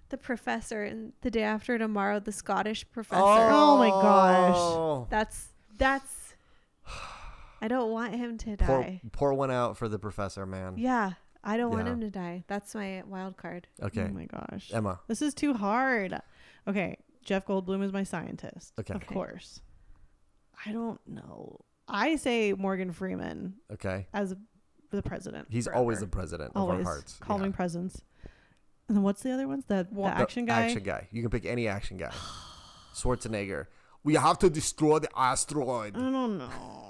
Speaker 1: The professor and the day after tomorrow, the Scottish professor.
Speaker 3: Oh my gosh.
Speaker 2: Oh.
Speaker 1: That's that's. I don't want him to die.
Speaker 2: Pour, pour one out for the professor, man.
Speaker 1: Yeah, I don't want
Speaker 2: Yeah.
Speaker 1: him to die. That's my wild card.
Speaker 2: Okay,
Speaker 3: Oh my gosh.
Speaker 2: Emma.
Speaker 3: This is too hard. Okay, Jeff Goldblum is my scientist.
Speaker 2: Okay.
Speaker 3: Of
Speaker 1: Okay.
Speaker 3: course. I don't know. I say Morgan Freeman
Speaker 2: Okay,
Speaker 3: as the president.
Speaker 2: he's always the
Speaker 1: Forever.
Speaker 2: president of our
Speaker 3: Always
Speaker 2: hearts.
Speaker 3: calming
Speaker 2: Yeah.
Speaker 3: presence. And then what's the other ones? The, the
Speaker 2: The
Speaker 3: action guy.
Speaker 2: Action guy. You can pick any action guy. [sighs] Schwarzenegger. We have to destroy the asteroid.
Speaker 3: I don't know.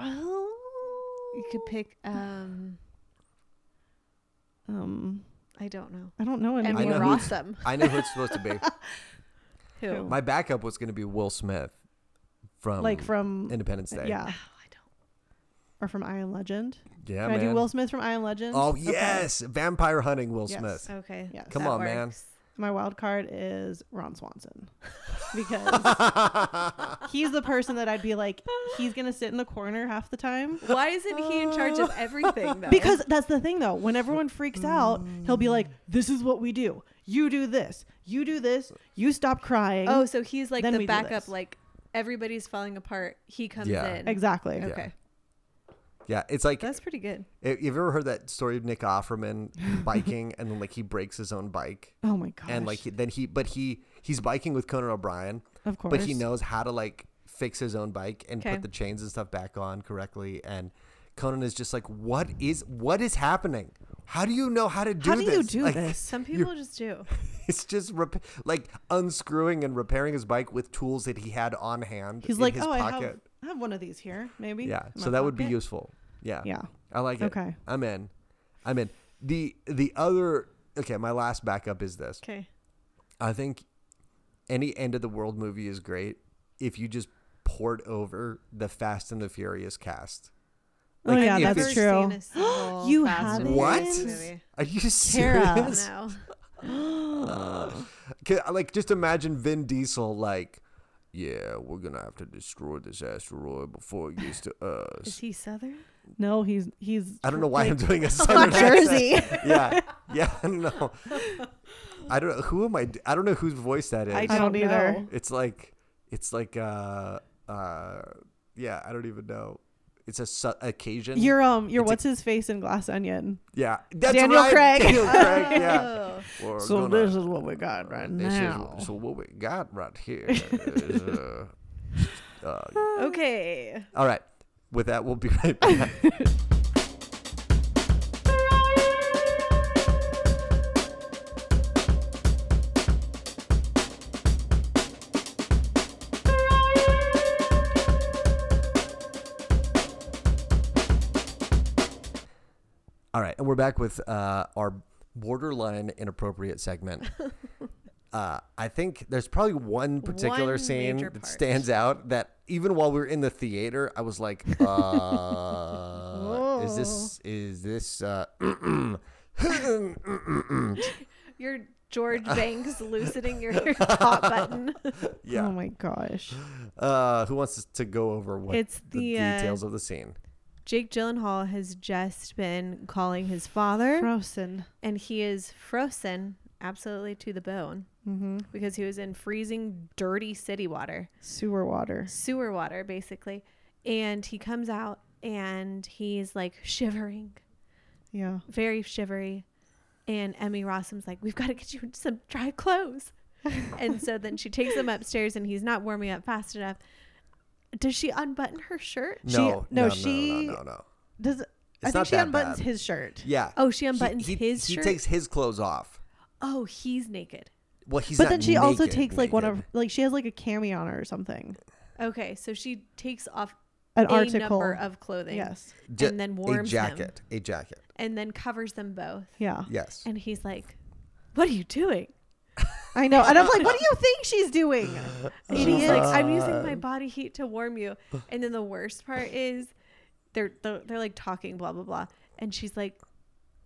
Speaker 1: You could pick. Um,
Speaker 3: Um,
Speaker 1: I don't know.
Speaker 3: I don't know anyone.
Speaker 1: Emmy
Speaker 2: know who's- [laughs]
Speaker 1: Rossum.
Speaker 2: I knew who it's supposed to be.
Speaker 1: Who?
Speaker 3: Who?
Speaker 2: My backup was going to be Will Smith from
Speaker 3: like from
Speaker 2: Independence um, Day.
Speaker 1: Oh,
Speaker 3: yeah,
Speaker 1: I don't.
Speaker 3: or from I Am Legend.
Speaker 2: yeah,
Speaker 3: Can I
Speaker 2: man.
Speaker 3: do Will Smith from I Am Legend?
Speaker 2: Oh
Speaker 3: Okay.
Speaker 2: yes, vampire hunting Will
Speaker 3: Yes.
Speaker 2: Smith.
Speaker 3: [laughs]
Speaker 1: Okay.
Speaker 3: Yes.
Speaker 2: Come
Speaker 1: that
Speaker 2: on, man.
Speaker 1: works.
Speaker 3: My wild card is
Speaker 2: [laughs]
Speaker 3: Ron Swanson because he's the person that I'd be like, he's gonna sit in the corner half the time.
Speaker 1: Why isn't he in charge of everything though?
Speaker 3: Because that's the thing though. When everyone freaks out, he'll be
Speaker 2: Mm.
Speaker 3: like, "This is what we do. You do this. You do this. You stop crying."
Speaker 1: oh, so he's like
Speaker 3: Then we
Speaker 1: the
Speaker 3: do
Speaker 1: backup.
Speaker 3: this.
Speaker 1: Like everybody's falling apart. He comes
Speaker 2: Yeah.
Speaker 1: in.
Speaker 3: [laughs] exactly.
Speaker 1: Okay.
Speaker 2: [laughs] Yeah, it's like
Speaker 1: That's pretty good.
Speaker 2: Have you ever heard that story of Nick Offerman
Speaker 3: [laughs]
Speaker 2: biking and then like he breaks his own bike
Speaker 3: Oh my gosh.
Speaker 2: and like he, then he but he he's biking with Conan O'Brien,
Speaker 3: of course.
Speaker 2: but he knows how to like fix his own bike and
Speaker 1: Okay.
Speaker 2: put the chains and stuff back on correctly and Conan is just like what is what is happening? How do you know how to do
Speaker 3: How do
Speaker 2: this?
Speaker 3: you do
Speaker 2: Like,
Speaker 3: this?
Speaker 1: Some people just do.
Speaker 2: [laughs] It's just rep- like unscrewing and repairing his bike with tools that he had on hand
Speaker 3: He's
Speaker 2: in
Speaker 3: like,
Speaker 2: his
Speaker 3: "Oh, I
Speaker 2: pocket.
Speaker 3: have, I have one of these here, maybe."
Speaker 2: yeah.
Speaker 3: in my
Speaker 2: So that would be
Speaker 3: pocket."
Speaker 2: useful. Yeah.
Speaker 3: Yeah.
Speaker 2: I like it.
Speaker 3: Okay.
Speaker 2: I'm in. I'm in. The the other okay, my last backup is this. [laughs]
Speaker 1: Okay.
Speaker 2: I think any end of the world movie is great if you just poured over the Fast and the Furious cast.
Speaker 3: Oh, yeah,
Speaker 2: if
Speaker 3: that's
Speaker 2: it's-
Speaker 3: true. [gasps] You
Speaker 1: you haven't.
Speaker 3: haven't?
Speaker 2: What? Are you
Speaker 3: Tara.
Speaker 2: serious?
Speaker 1: No.
Speaker 2: [sighs] Ca- Like just imagine Vin Diesel like yeah, we're gonna have to destroy this asteroid before it gets to
Speaker 1: Is
Speaker 3: [laughs]
Speaker 2: us.
Speaker 1: he Southern?
Speaker 3: [gasps] No, he's he's.
Speaker 2: I don't know why
Speaker 3: like,
Speaker 2: I'm [laughs]
Speaker 3: [laughs]
Speaker 2: doing a
Speaker 3: from
Speaker 2: Southern accent.
Speaker 3: Jersey. [laughs]
Speaker 2: yeah, yeah. [laughs] I don't know. I don't know who am I. I don't know whose voice that is.
Speaker 1: I
Speaker 3: I
Speaker 1: don't
Speaker 3: don't either.
Speaker 1: know.
Speaker 2: it's like, it's like, uh, uh, yeah. I don't even know. It's a su- occasion.
Speaker 3: You're um, you're
Speaker 2: It's a-
Speaker 3: what's his face in Glass Onion.
Speaker 2: yeah. That's
Speaker 3: Daniel
Speaker 2: right.
Speaker 3: Craig.
Speaker 2: Daniel
Speaker 3: [laughs]
Speaker 2: Craig. Yeah.
Speaker 1: Oh.
Speaker 2: We're
Speaker 3: So
Speaker 2: gonna-
Speaker 3: this is what we got right
Speaker 2: this is
Speaker 3: now.
Speaker 2: what- so what we got right here. Is, uh, [laughs] uh,
Speaker 1: Oh. Okay.
Speaker 2: all right. With that, we'll be right back. All right, and we're back with uh, our borderline inappropriate segment. uh, I think there's probably one particular
Speaker 1: One
Speaker 2: scene
Speaker 1: major
Speaker 2: that
Speaker 1: part.
Speaker 2: stands out that even while we were in the theater, I was like, uh, "Is this is this?" Uh, [clears throat]
Speaker 1: You're George Banks loosening
Speaker 2: [laughs]
Speaker 1: your, your top button.
Speaker 3: Oh
Speaker 2: yeah.
Speaker 3: my
Speaker 2: [gasps]
Speaker 3: gosh.
Speaker 2: Uh, who wants to go over what
Speaker 1: It's
Speaker 2: the
Speaker 1: the, uh,
Speaker 2: details of the scene?
Speaker 1: Jake Gyllenhaal has just been calling his father,
Speaker 3: Frozen.
Speaker 1: and he is frozen absolutely to the bone
Speaker 3: Mm-hmm.
Speaker 1: because he was in freezing, dirty city water,
Speaker 3: Sewer water.
Speaker 1: sewer water, basically. And he comes out and he's like shivering,
Speaker 3: Yeah.
Speaker 1: very shivery. And Emmy Rossum's like, We've got to get you some dry
Speaker 2: [laughs]
Speaker 1: clothes. and so then she takes him upstairs, and he's not warming up fast enough. Does she unbutton her shirt?
Speaker 3: She-
Speaker 2: no,
Speaker 3: no,
Speaker 2: no,
Speaker 3: she-
Speaker 2: no, no, no, no.
Speaker 3: Does I
Speaker 2: It's
Speaker 3: think
Speaker 2: not
Speaker 3: she
Speaker 2: that
Speaker 3: unbuttons
Speaker 2: bad.
Speaker 3: his shirt.
Speaker 2: Yeah.
Speaker 1: Oh, she
Speaker 2: He-
Speaker 1: unbuttons
Speaker 2: he,
Speaker 1: his
Speaker 2: He
Speaker 1: shirt.
Speaker 2: takes his clothes off.
Speaker 1: oh, he's naked.
Speaker 2: Well, he's
Speaker 3: but
Speaker 2: not
Speaker 3: then she also
Speaker 2: naked,
Speaker 3: takes like one
Speaker 2: naked.
Speaker 3: of like she has like a cami on her or something.
Speaker 1: Okay, so she takes off
Speaker 3: An
Speaker 1: a
Speaker 3: article.
Speaker 1: number of clothing,
Speaker 3: yes.
Speaker 2: Ja-
Speaker 1: and then warms
Speaker 2: a
Speaker 1: him.
Speaker 2: jacket, a jacket.
Speaker 1: and then covers them both.
Speaker 3: Yeah.
Speaker 2: Yes.
Speaker 1: And he's like, "What are you doing?"
Speaker 3: I know. And I'm like, what do you think she's doing?
Speaker 2: [laughs]
Speaker 1: And
Speaker 3: She
Speaker 1: he's
Speaker 3: is.
Speaker 1: like, "I'm using my body heat to warm you." And then the worst part is, they're they're, they're like talking, blah blah blah, and she's like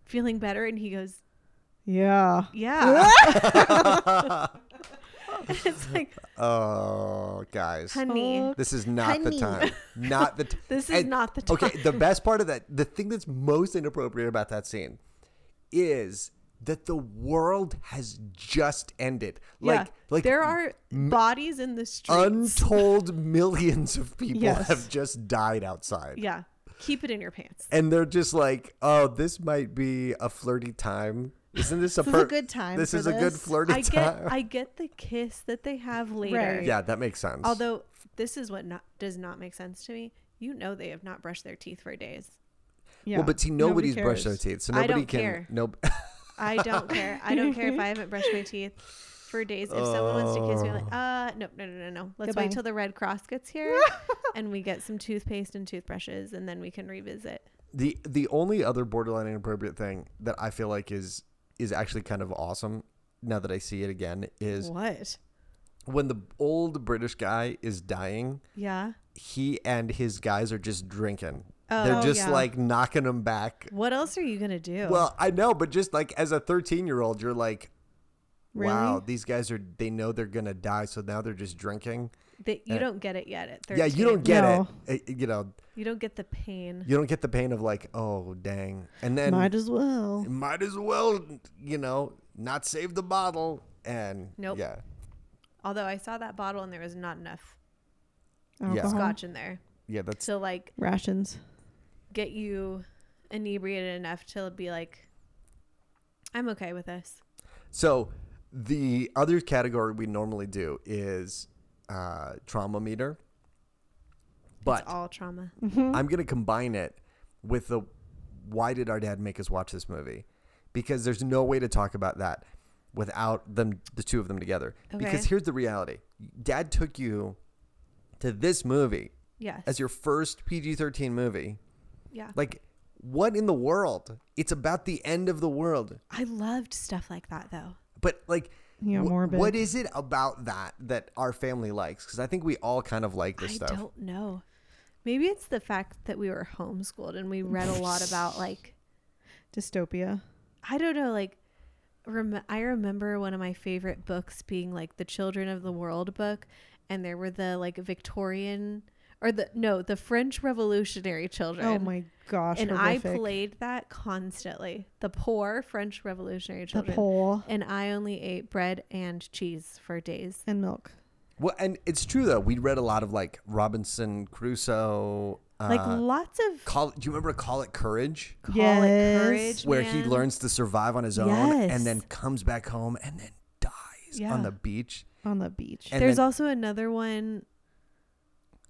Speaker 1: feeling better and he goes
Speaker 3: Yeah.
Speaker 1: yeah [laughs]
Speaker 2: [laughs]
Speaker 1: it's like
Speaker 2: Oh, guys.
Speaker 1: honey
Speaker 3: Fuck.
Speaker 2: This is not the
Speaker 1: Honey.
Speaker 2: time. Not the. T-
Speaker 1: [laughs] This is not the
Speaker 2: Okay,
Speaker 1: time.
Speaker 2: the best part of that, the thing that's most inappropriate about that scene, is that the world has just ended.
Speaker 1: yeah.
Speaker 2: Like, like
Speaker 1: there are bodies in the streets [laughs]
Speaker 2: untold millions of people
Speaker 3: Yes.
Speaker 2: have just died outside.
Speaker 1: yeah keep it in your pants
Speaker 2: and they're just like, "Oh, this might be a flirty time. Isn't this a,
Speaker 3: This is a good time
Speaker 2: This
Speaker 3: for
Speaker 2: is a good
Speaker 3: this.
Speaker 2: flirty
Speaker 1: i get
Speaker 2: time."
Speaker 1: i get the kiss that they have later
Speaker 3: Right.
Speaker 2: yeah, that makes sense.
Speaker 1: although this is what not, does not make sense to me you know they have not brushed their teeth for days
Speaker 3: Yeah.
Speaker 2: well, but see,
Speaker 3: Nobody
Speaker 2: nobody's brushed their
Speaker 3: cares.
Speaker 2: teeth, so
Speaker 1: I
Speaker 2: nobody
Speaker 1: don't
Speaker 2: can.
Speaker 1: care.
Speaker 2: No,
Speaker 1: I don't care. I don't care if I haven't brushed my teeth for days. If someone wants to kiss me, I'm like, uh, no, no, no, no, no. Let's
Speaker 3: Goodbye.
Speaker 1: wait till the Red Cross gets [laughs] here and we get some toothpaste and toothbrushes and then we can revisit.
Speaker 2: [laughs] the the only other borderline inappropriate thing that I feel like is is actually kind of awesome now that I see it again is
Speaker 1: What?
Speaker 2: when the old British guy is dying.
Speaker 1: Yeah.
Speaker 2: He and his guys are just drinking.
Speaker 1: Oh,
Speaker 2: They're just
Speaker 1: yeah.
Speaker 2: like knocking him back
Speaker 1: What else are you going to do?
Speaker 2: Well, I know, but just like as a 13 year old, you're like, wow,
Speaker 3: Really?
Speaker 2: these guys are, they know they're going to die. So now they're just drinking.
Speaker 1: that you
Speaker 2: uh,
Speaker 1: don't get it yet at 13.
Speaker 2: Yeah, you don't get
Speaker 3: No.
Speaker 2: it. Uh, You know,
Speaker 1: You don't get the pain.
Speaker 2: you don't get the pain of like, oh, dang. And then
Speaker 3: Might
Speaker 2: might as,
Speaker 3: as well.
Speaker 2: well, you know, not save the bottle. And
Speaker 1: Nope.
Speaker 2: yeah.
Speaker 1: Although I saw that bottle and there was not enough
Speaker 2: Uh-huh.
Speaker 3: Alcohol.
Speaker 1: scotch in there.
Speaker 2: Yeah, that's
Speaker 1: So, like,
Speaker 3: Rations.
Speaker 1: get you inebriated enough to be like, I'm okay with this.
Speaker 2: so. The other category we normally do is uh, trauma meter, but Mm.
Speaker 1: It's all trauma.
Speaker 2: I'm going to combine it with the why did our dad make us watch this movie? Because there's no way to talk about that without them the two of them together. Because
Speaker 1: Okay.
Speaker 2: here's the reality. Dad took you to this movie
Speaker 1: Yes.
Speaker 2: as your first PG-13 movie.
Speaker 1: yeah.
Speaker 2: Like what in the world? It's about the end of the world.
Speaker 1: I loved stuff like that though.
Speaker 2: But like
Speaker 3: Yeah,
Speaker 2: wh-
Speaker 3: morbid.
Speaker 2: what is it about that that our family likes? Cuz I think we all kind of like this
Speaker 1: I
Speaker 2: stuff.
Speaker 1: don't know. Maybe it's the fact that we were homeschooled and we read a lot
Speaker 3: [laughs]
Speaker 1: about like
Speaker 3: Dystopia.
Speaker 1: I don't know like rem- I remember one of my favorite books being like the Children of the World book and there were the like Victorian or the no, the French Revolutionary children.
Speaker 3: Oh my gosh.
Speaker 1: and I
Speaker 3: horrific.
Speaker 1: played that constantly. The poor French Revolutionary
Speaker 3: the
Speaker 1: children.
Speaker 3: pole
Speaker 1: And I only ate bread and cheese for days.
Speaker 3: and milk.
Speaker 2: Well, and it's true though. We read a lot of like Robinson Crusoe. Uh,
Speaker 1: Like lots of
Speaker 2: call. Do you remember Call It Courage,
Speaker 1: call
Speaker 3: Yes.
Speaker 1: it courage.
Speaker 2: where he
Speaker 1: man.
Speaker 2: learns to survive on his own
Speaker 1: Yes.
Speaker 2: and then comes back home and then dies on
Speaker 1: Yeah.
Speaker 2: the beach.
Speaker 3: on the beach.
Speaker 2: And
Speaker 1: There's
Speaker 2: then-
Speaker 1: also another one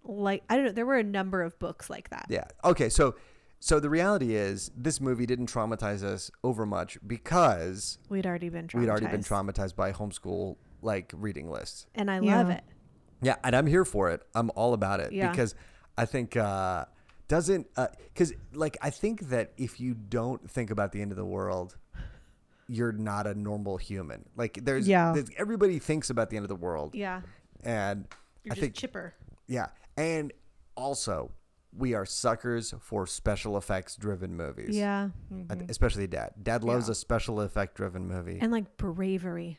Speaker 1: like I don't know, there were a number of books like that.
Speaker 2: Yeah. Okay. So, so the reality is, this movie didn't traumatize us over much because
Speaker 1: We'd already been traumatized.
Speaker 2: we'd already been traumatized by homeschool like reading lists.
Speaker 1: And I
Speaker 3: Yeah.
Speaker 1: love it.
Speaker 2: Yeah, and I'm here for it. I'm all about it
Speaker 1: Yeah.
Speaker 2: because I think uh, doesn't because like I think that if you don't think about the end of the world, you're not a normal human. Like there's
Speaker 3: Yeah.
Speaker 2: there's- everybody thinks about the end of the world,
Speaker 1: Yeah.
Speaker 2: and I think
Speaker 1: chipper.
Speaker 2: yeah, and also we are suckers for special effects driven movies.
Speaker 1: Yeah. Mm-hmm.
Speaker 2: Uh, especially Dad. Dad loves a special effect driven movie.
Speaker 1: And like bravery.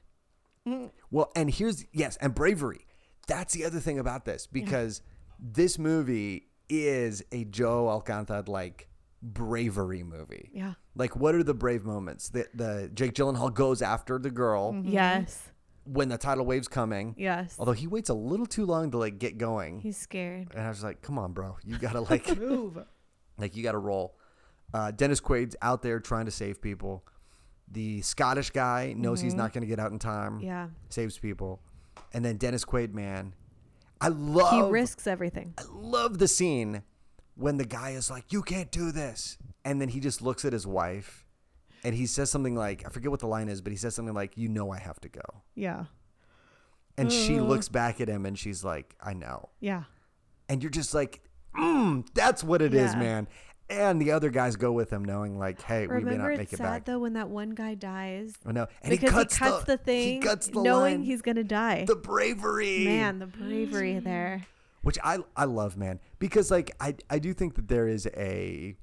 Speaker 2: Well, and here's yes, and bravery. That's the other thing about this because this movie is a Joe Alcantara like bravery movie.
Speaker 1: Yeah.
Speaker 2: Like, what are the brave moments? The the Jake Gyllenhaal goes after the girl
Speaker 1: Mhm. Yes.
Speaker 2: when the tidal wave's coming.
Speaker 1: Mm-hmm. Yes.
Speaker 2: Although he waits a little too long to like get going,
Speaker 1: He's scared.
Speaker 2: and I was like, "Come on, bro, you gotta like
Speaker 3: [laughs] Move.
Speaker 2: like you got to roll. Uh, Dennis Quaid's out there trying to save people. The Scottish guy knows he's not going to get out in time.
Speaker 1: Mm-hmm. Yeah.
Speaker 2: saves people, and then Dennis Quaid, man, I
Speaker 1: He
Speaker 2: love.
Speaker 1: risks everything.
Speaker 2: I love the scene when the guy is like, "You can't do this," and then he just looks at his wife, and he says something like, "I forget what the line is," but he says something like, "You know, I have to go,"
Speaker 3: Yeah.
Speaker 2: and
Speaker 1: Mm-hmm.
Speaker 2: she looks back at him and she's like, "I know."
Speaker 3: Yeah.
Speaker 2: and you're just like, mm, that's what it is,
Speaker 1: Yeah.
Speaker 2: man. And the other guys go with him, knowing like, hey, we may
Speaker 1: Remember
Speaker 2: not make
Speaker 1: it's
Speaker 2: it
Speaker 1: sad
Speaker 2: back.
Speaker 1: though when that one guy dies.
Speaker 2: oh no! And
Speaker 1: because
Speaker 2: he cuts,
Speaker 1: the, thing
Speaker 2: He cuts the
Speaker 1: knowing
Speaker 2: line.
Speaker 1: he's gonna die.
Speaker 2: the bravery,
Speaker 1: Man, the bravery there.
Speaker 2: Which I I love, man, because like I I do think that there is a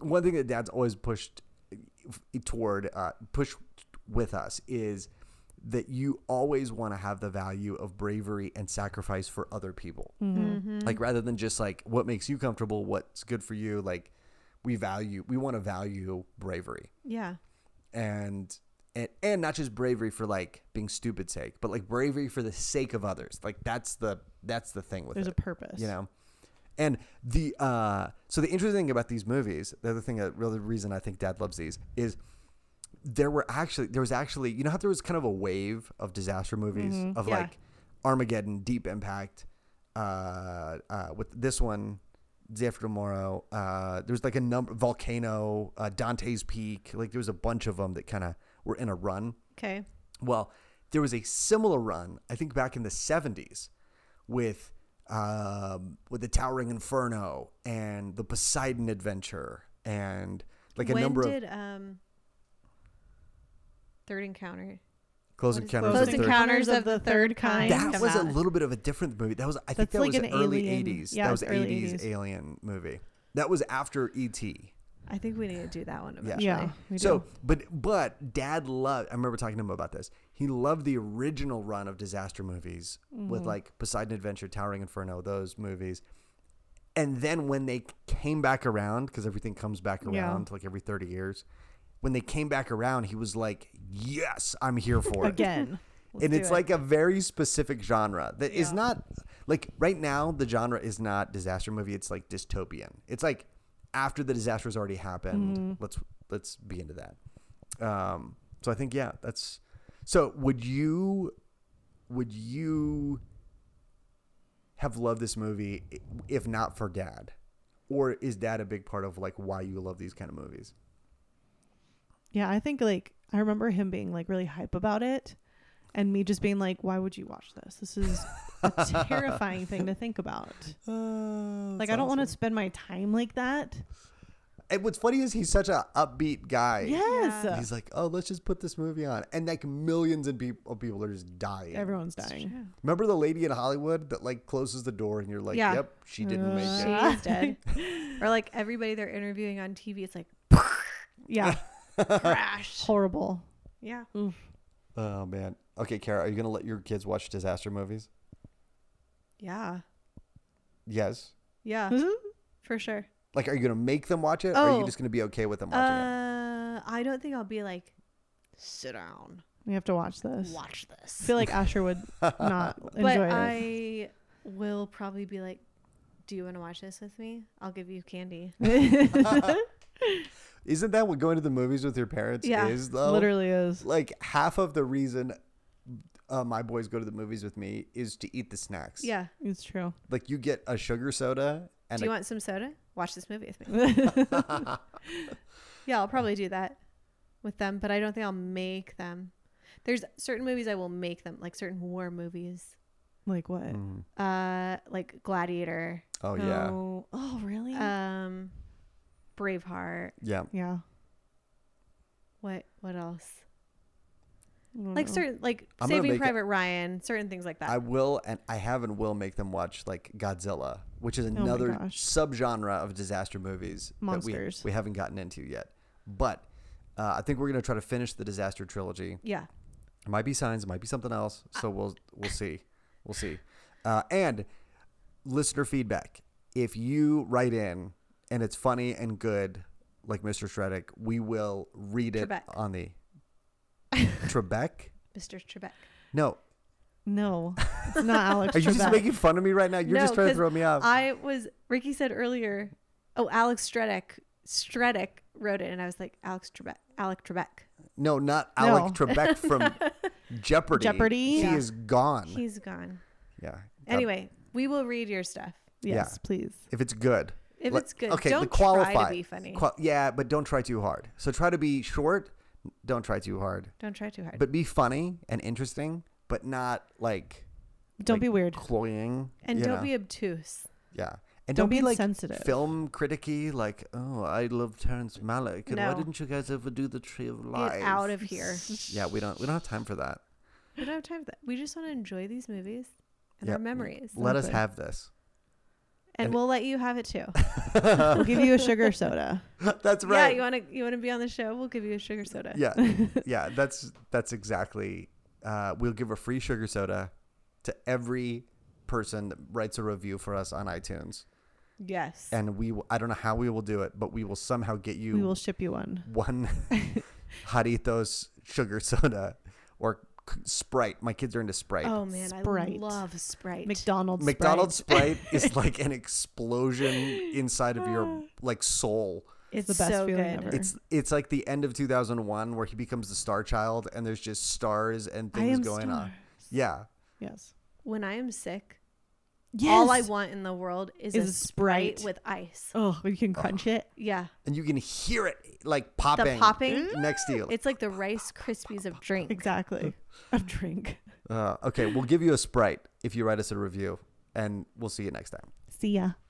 Speaker 2: one thing that dad's always pushed toward uh, push with us is that you always want to have the value of bravery and sacrifice for other people like rather than just like what makes you comfortable what's good for you like we value we want to value bravery
Speaker 1: Yeah.
Speaker 2: and and and not just bravery for like being stupid sake but like bravery for the sake of others like that's the that's the thing with
Speaker 3: There's
Speaker 2: it
Speaker 3: a purpose. [laughs]
Speaker 2: you know and the uh so the interesting thing about these movies the other thing that really reason i think dad loves these is there were actually there was actually you know how there was kind of a wave of disaster movies of
Speaker 3: Mm-hmm. Yeah.
Speaker 2: like armageddon deep impact uh uh with this one day after tomorrow uh there was like a number volcano uh, dante's peak like there was a bunch of them that kind of were in a run
Speaker 1: Okay.
Speaker 2: well, there was a similar run, I think, back in the '70s, with um, with the Towering Inferno and the Poseidon Adventure, and like a
Speaker 1: when
Speaker 2: number of
Speaker 1: did um Third Encounter?
Speaker 2: Close
Speaker 1: what is-
Speaker 2: Encounters.
Speaker 1: Close
Speaker 2: of the Third-
Speaker 1: Encounters of the Third Kind
Speaker 2: That
Speaker 1: come
Speaker 2: was a
Speaker 1: out?
Speaker 2: little bit of a different movie. That was, I think,
Speaker 3: That's
Speaker 2: that
Speaker 3: like
Speaker 2: was
Speaker 3: an
Speaker 2: an early
Speaker 3: alien-
Speaker 2: '80s.
Speaker 3: yeah,
Speaker 2: that
Speaker 3: it's
Speaker 2: was
Speaker 3: early
Speaker 2: '80s
Speaker 3: 80s.
Speaker 2: alien movie. That was after E ET.
Speaker 1: I think we need to do that one
Speaker 2: Yeah.
Speaker 1: eventually.
Speaker 3: Yeah. we
Speaker 2: So,
Speaker 3: do.
Speaker 2: but but Dad loved. I remember talking to him about this. He loved the original run of disaster movies
Speaker 3: Mm-hmm.
Speaker 2: with like Poseidon Adventure, Towering Inferno, those movies. And then when they came back around, because everything comes back
Speaker 3: Yeah.
Speaker 2: around like every thirty years, when they came back around, he was like, "Yes, I'm here for
Speaker 3: [laughs]
Speaker 2: it." [laughs]
Speaker 3: again,
Speaker 2: and
Speaker 3: do
Speaker 2: it's
Speaker 3: it.
Speaker 2: like a very specific genre that is not like right now the genre is not disaster movie it's like dystopian it's like after the disaster has already happened
Speaker 3: Mm-hmm.
Speaker 2: let's let's be into that um so i think yeah that's so would you would you have loved this movie i- if not for dad or is dad a big part of like why you love these kind of movies
Speaker 3: yeah, I think like I remember him being like really hype about it, and me just being like, "Why would you watch this? This is
Speaker 2: [laughs]
Speaker 3: a terrifying thing to think about. Like, I don't want to spend my time like that."
Speaker 2: and what's funny is he's such a upbeat guy
Speaker 3: Yes,
Speaker 2: He's like, oh, let's just put this movie on, and like millions of people, of people are just dying.
Speaker 3: everyone's dying.
Speaker 2: Remember the lady in Hollywood that like closes the door, and you're like,
Speaker 1: Yeah. Mm-hmm.
Speaker 2: yep, she didn't make
Speaker 1: [laughs]
Speaker 2: it.
Speaker 1: She's dead. or like everybody they're interviewing on TV, it's
Speaker 2: [laughs]
Speaker 1: like
Speaker 3: Yeah,
Speaker 1: crash.
Speaker 3: horrible.
Speaker 1: yeah.
Speaker 2: Oh man. Okay, Kara, are you gonna let your kids watch disaster movies?
Speaker 1: Yeah.
Speaker 2: Yes.
Speaker 1: Yeah. For sure.
Speaker 2: Like, are you gonna make them watch it, or are you
Speaker 1: Oh.
Speaker 2: just gonna be okay with them watching
Speaker 1: Uh
Speaker 2: it?
Speaker 1: I don't think I'll be like sit down,
Speaker 3: We have to watch this.
Speaker 1: watch
Speaker 3: I
Speaker 1: this.
Speaker 3: feel like Asher would
Speaker 1: Uh,
Speaker 3: not enjoy
Speaker 1: But
Speaker 3: it.
Speaker 1: I will probably be like, Do you want to watch this with me? I'll give you candy.
Speaker 2: [laughs] [laughs] Isn't that what going to the movies with your parents
Speaker 1: Yeah,
Speaker 2: is though?
Speaker 3: [laughs] Literally is.
Speaker 2: Like half of the reason uh, my boys go to the movies with me is to eat the snacks.
Speaker 1: Yeah.
Speaker 3: It's true.
Speaker 2: [laughs] Like you get a sugar soda and
Speaker 1: do
Speaker 2: a
Speaker 1: you want some soda? Watch this movie with me. yeah, I'll probably do that with them, but I don't think I'll make them. There's certain movies I will make them, like certain war movies,
Speaker 3: Like what?
Speaker 1: uh, like Gladiator,
Speaker 2: oh yeah,
Speaker 3: No. Oh really?
Speaker 1: um, Braveheart.
Speaker 2: yeah.
Speaker 3: yeah.
Speaker 1: What what else?
Speaker 3: I don't
Speaker 1: Like
Speaker 3: know.
Speaker 1: certain, like
Speaker 2: I'm gonna
Speaker 1: Saving
Speaker 2: make it-
Speaker 1: Private Ryan, certain things like that.
Speaker 2: I will and I have and will make them watch like Godzilla, which
Speaker 1: Oh
Speaker 2: is
Speaker 3: my
Speaker 2: another
Speaker 3: gosh.
Speaker 2: subgenre of disaster movies
Speaker 3: Monsters.
Speaker 2: that we, we haven't gotten into yet. But uh, I think we're gonna try to finish the disaster trilogy.
Speaker 1: yeah,
Speaker 2: It might be signs, it might be something else.
Speaker 1: Ah.
Speaker 2: So we'll we'll see, we'll see. Uh, and listener feedback: if you write in and it's funny and good, like Mr. Shreddick, we will read it
Speaker 1: Trebek. [laughs]
Speaker 2: on the Trebek.
Speaker 1: Mr. Trebek.
Speaker 2: No,
Speaker 3: No, it's not Alex.
Speaker 2: are you just
Speaker 3: Trebek.
Speaker 2: making fun of me right now? You're
Speaker 1: No,
Speaker 2: just trying to
Speaker 1: 'cause
Speaker 2: throw me off.
Speaker 1: I was Ricky said earlier. Oh, Alex Stredek, Stredek wrote it, and I was like Alex Trebek, Alec Trebek.
Speaker 2: No, not
Speaker 3: No.
Speaker 2: Alec Trebek from
Speaker 1: [laughs]
Speaker 2: Jeopardy.
Speaker 3: Jeopardy?
Speaker 2: He
Speaker 3: Yeah.
Speaker 2: is gone.
Speaker 1: He's gone.
Speaker 2: yeah. God-
Speaker 1: Anyway, we will read your stuff
Speaker 3: Yes,
Speaker 2: Yeah.
Speaker 3: please.
Speaker 2: if it's good.
Speaker 1: if
Speaker 2: Let-
Speaker 1: it's good.
Speaker 2: Okay,
Speaker 1: Don't
Speaker 2: qualify.
Speaker 1: try to be funny.
Speaker 2: Qua- yeah, but don't try too hard. So try to be short. Don't try too hard.
Speaker 1: Don't try too hard.
Speaker 2: But be funny and interesting, but not like
Speaker 3: Don't
Speaker 2: like
Speaker 3: be weird.
Speaker 2: cloying.
Speaker 1: and
Speaker 2: you
Speaker 1: don't
Speaker 2: know?
Speaker 1: be obtuse.
Speaker 2: yeah. And
Speaker 3: Don't
Speaker 2: don't,
Speaker 3: be
Speaker 2: like
Speaker 3: insensitive.
Speaker 2: film criticky, like, oh, I love Terrence Malick, and why
Speaker 1: No.
Speaker 2: didn't you guys ever do the Tree of
Speaker 1: Get
Speaker 2: Life?
Speaker 1: out of
Speaker 2: [laughs]
Speaker 1: here.
Speaker 2: yeah, we don't we don't have time for that.
Speaker 1: we don't have time for that. We just want to enjoy these movies and
Speaker 2: Yeah.
Speaker 1: our memories.
Speaker 2: Let us
Speaker 3: it.
Speaker 2: have this.
Speaker 1: and,
Speaker 2: And-
Speaker 1: we'll let you have it too.
Speaker 2: uh,
Speaker 3: We'll give you a sugar
Speaker 2: [laughs]
Speaker 3: soda.
Speaker 2: [laughs] that's
Speaker 1: Yeah,
Speaker 2: right.
Speaker 1: you want to you want to be on the show? We'll give you a sugar soda.
Speaker 2: Yeah, yeah, that's that's exactly. Uh, we'll give a free sugar soda to every person that writes a review for us on iTunes,
Speaker 1: Yes.
Speaker 2: and we will, I don't know how we will do it, but we will somehow get you
Speaker 3: We will ship you one.
Speaker 2: [laughs]
Speaker 3: [laughs]
Speaker 2: one Jaritos sugar soda or c- Sprite. My kids are into Sprite.
Speaker 1: oh man,
Speaker 3: Sprite.
Speaker 1: I love Sprite.
Speaker 3: McDonald's.
Speaker 2: McDonald's Sprite
Speaker 3: [laughs]
Speaker 2: is like an explosion inside of
Speaker 3: Ah.
Speaker 2: your like soul.
Speaker 1: it's
Speaker 3: the best
Speaker 1: so
Speaker 3: feeling
Speaker 1: good.
Speaker 3: ever.
Speaker 2: It's it's like the end of 2001 where he becomes the star child and there's just stars and
Speaker 3: Sprite. I
Speaker 2: things
Speaker 3: am
Speaker 2: going on.
Speaker 3: star.
Speaker 2: Yeah.
Speaker 3: Yes.
Speaker 1: When I am sick,
Speaker 3: Yes.
Speaker 1: all I want in the world is,
Speaker 3: Is
Speaker 1: a
Speaker 3: a
Speaker 1: Sprite,
Speaker 3: Sprite.
Speaker 1: with ice.
Speaker 3: Oh, we can crunch it.
Speaker 1: Yeah,
Speaker 2: And you can hear it like popping.
Speaker 1: the popping. Mm.
Speaker 2: Next to you.
Speaker 1: It's like the Rice Krispies of drink.
Speaker 3: Exactly. A drink.
Speaker 2: Uh, okay, we'll give you a Sprite if you write us a review and we'll see you next time.
Speaker 3: See ya.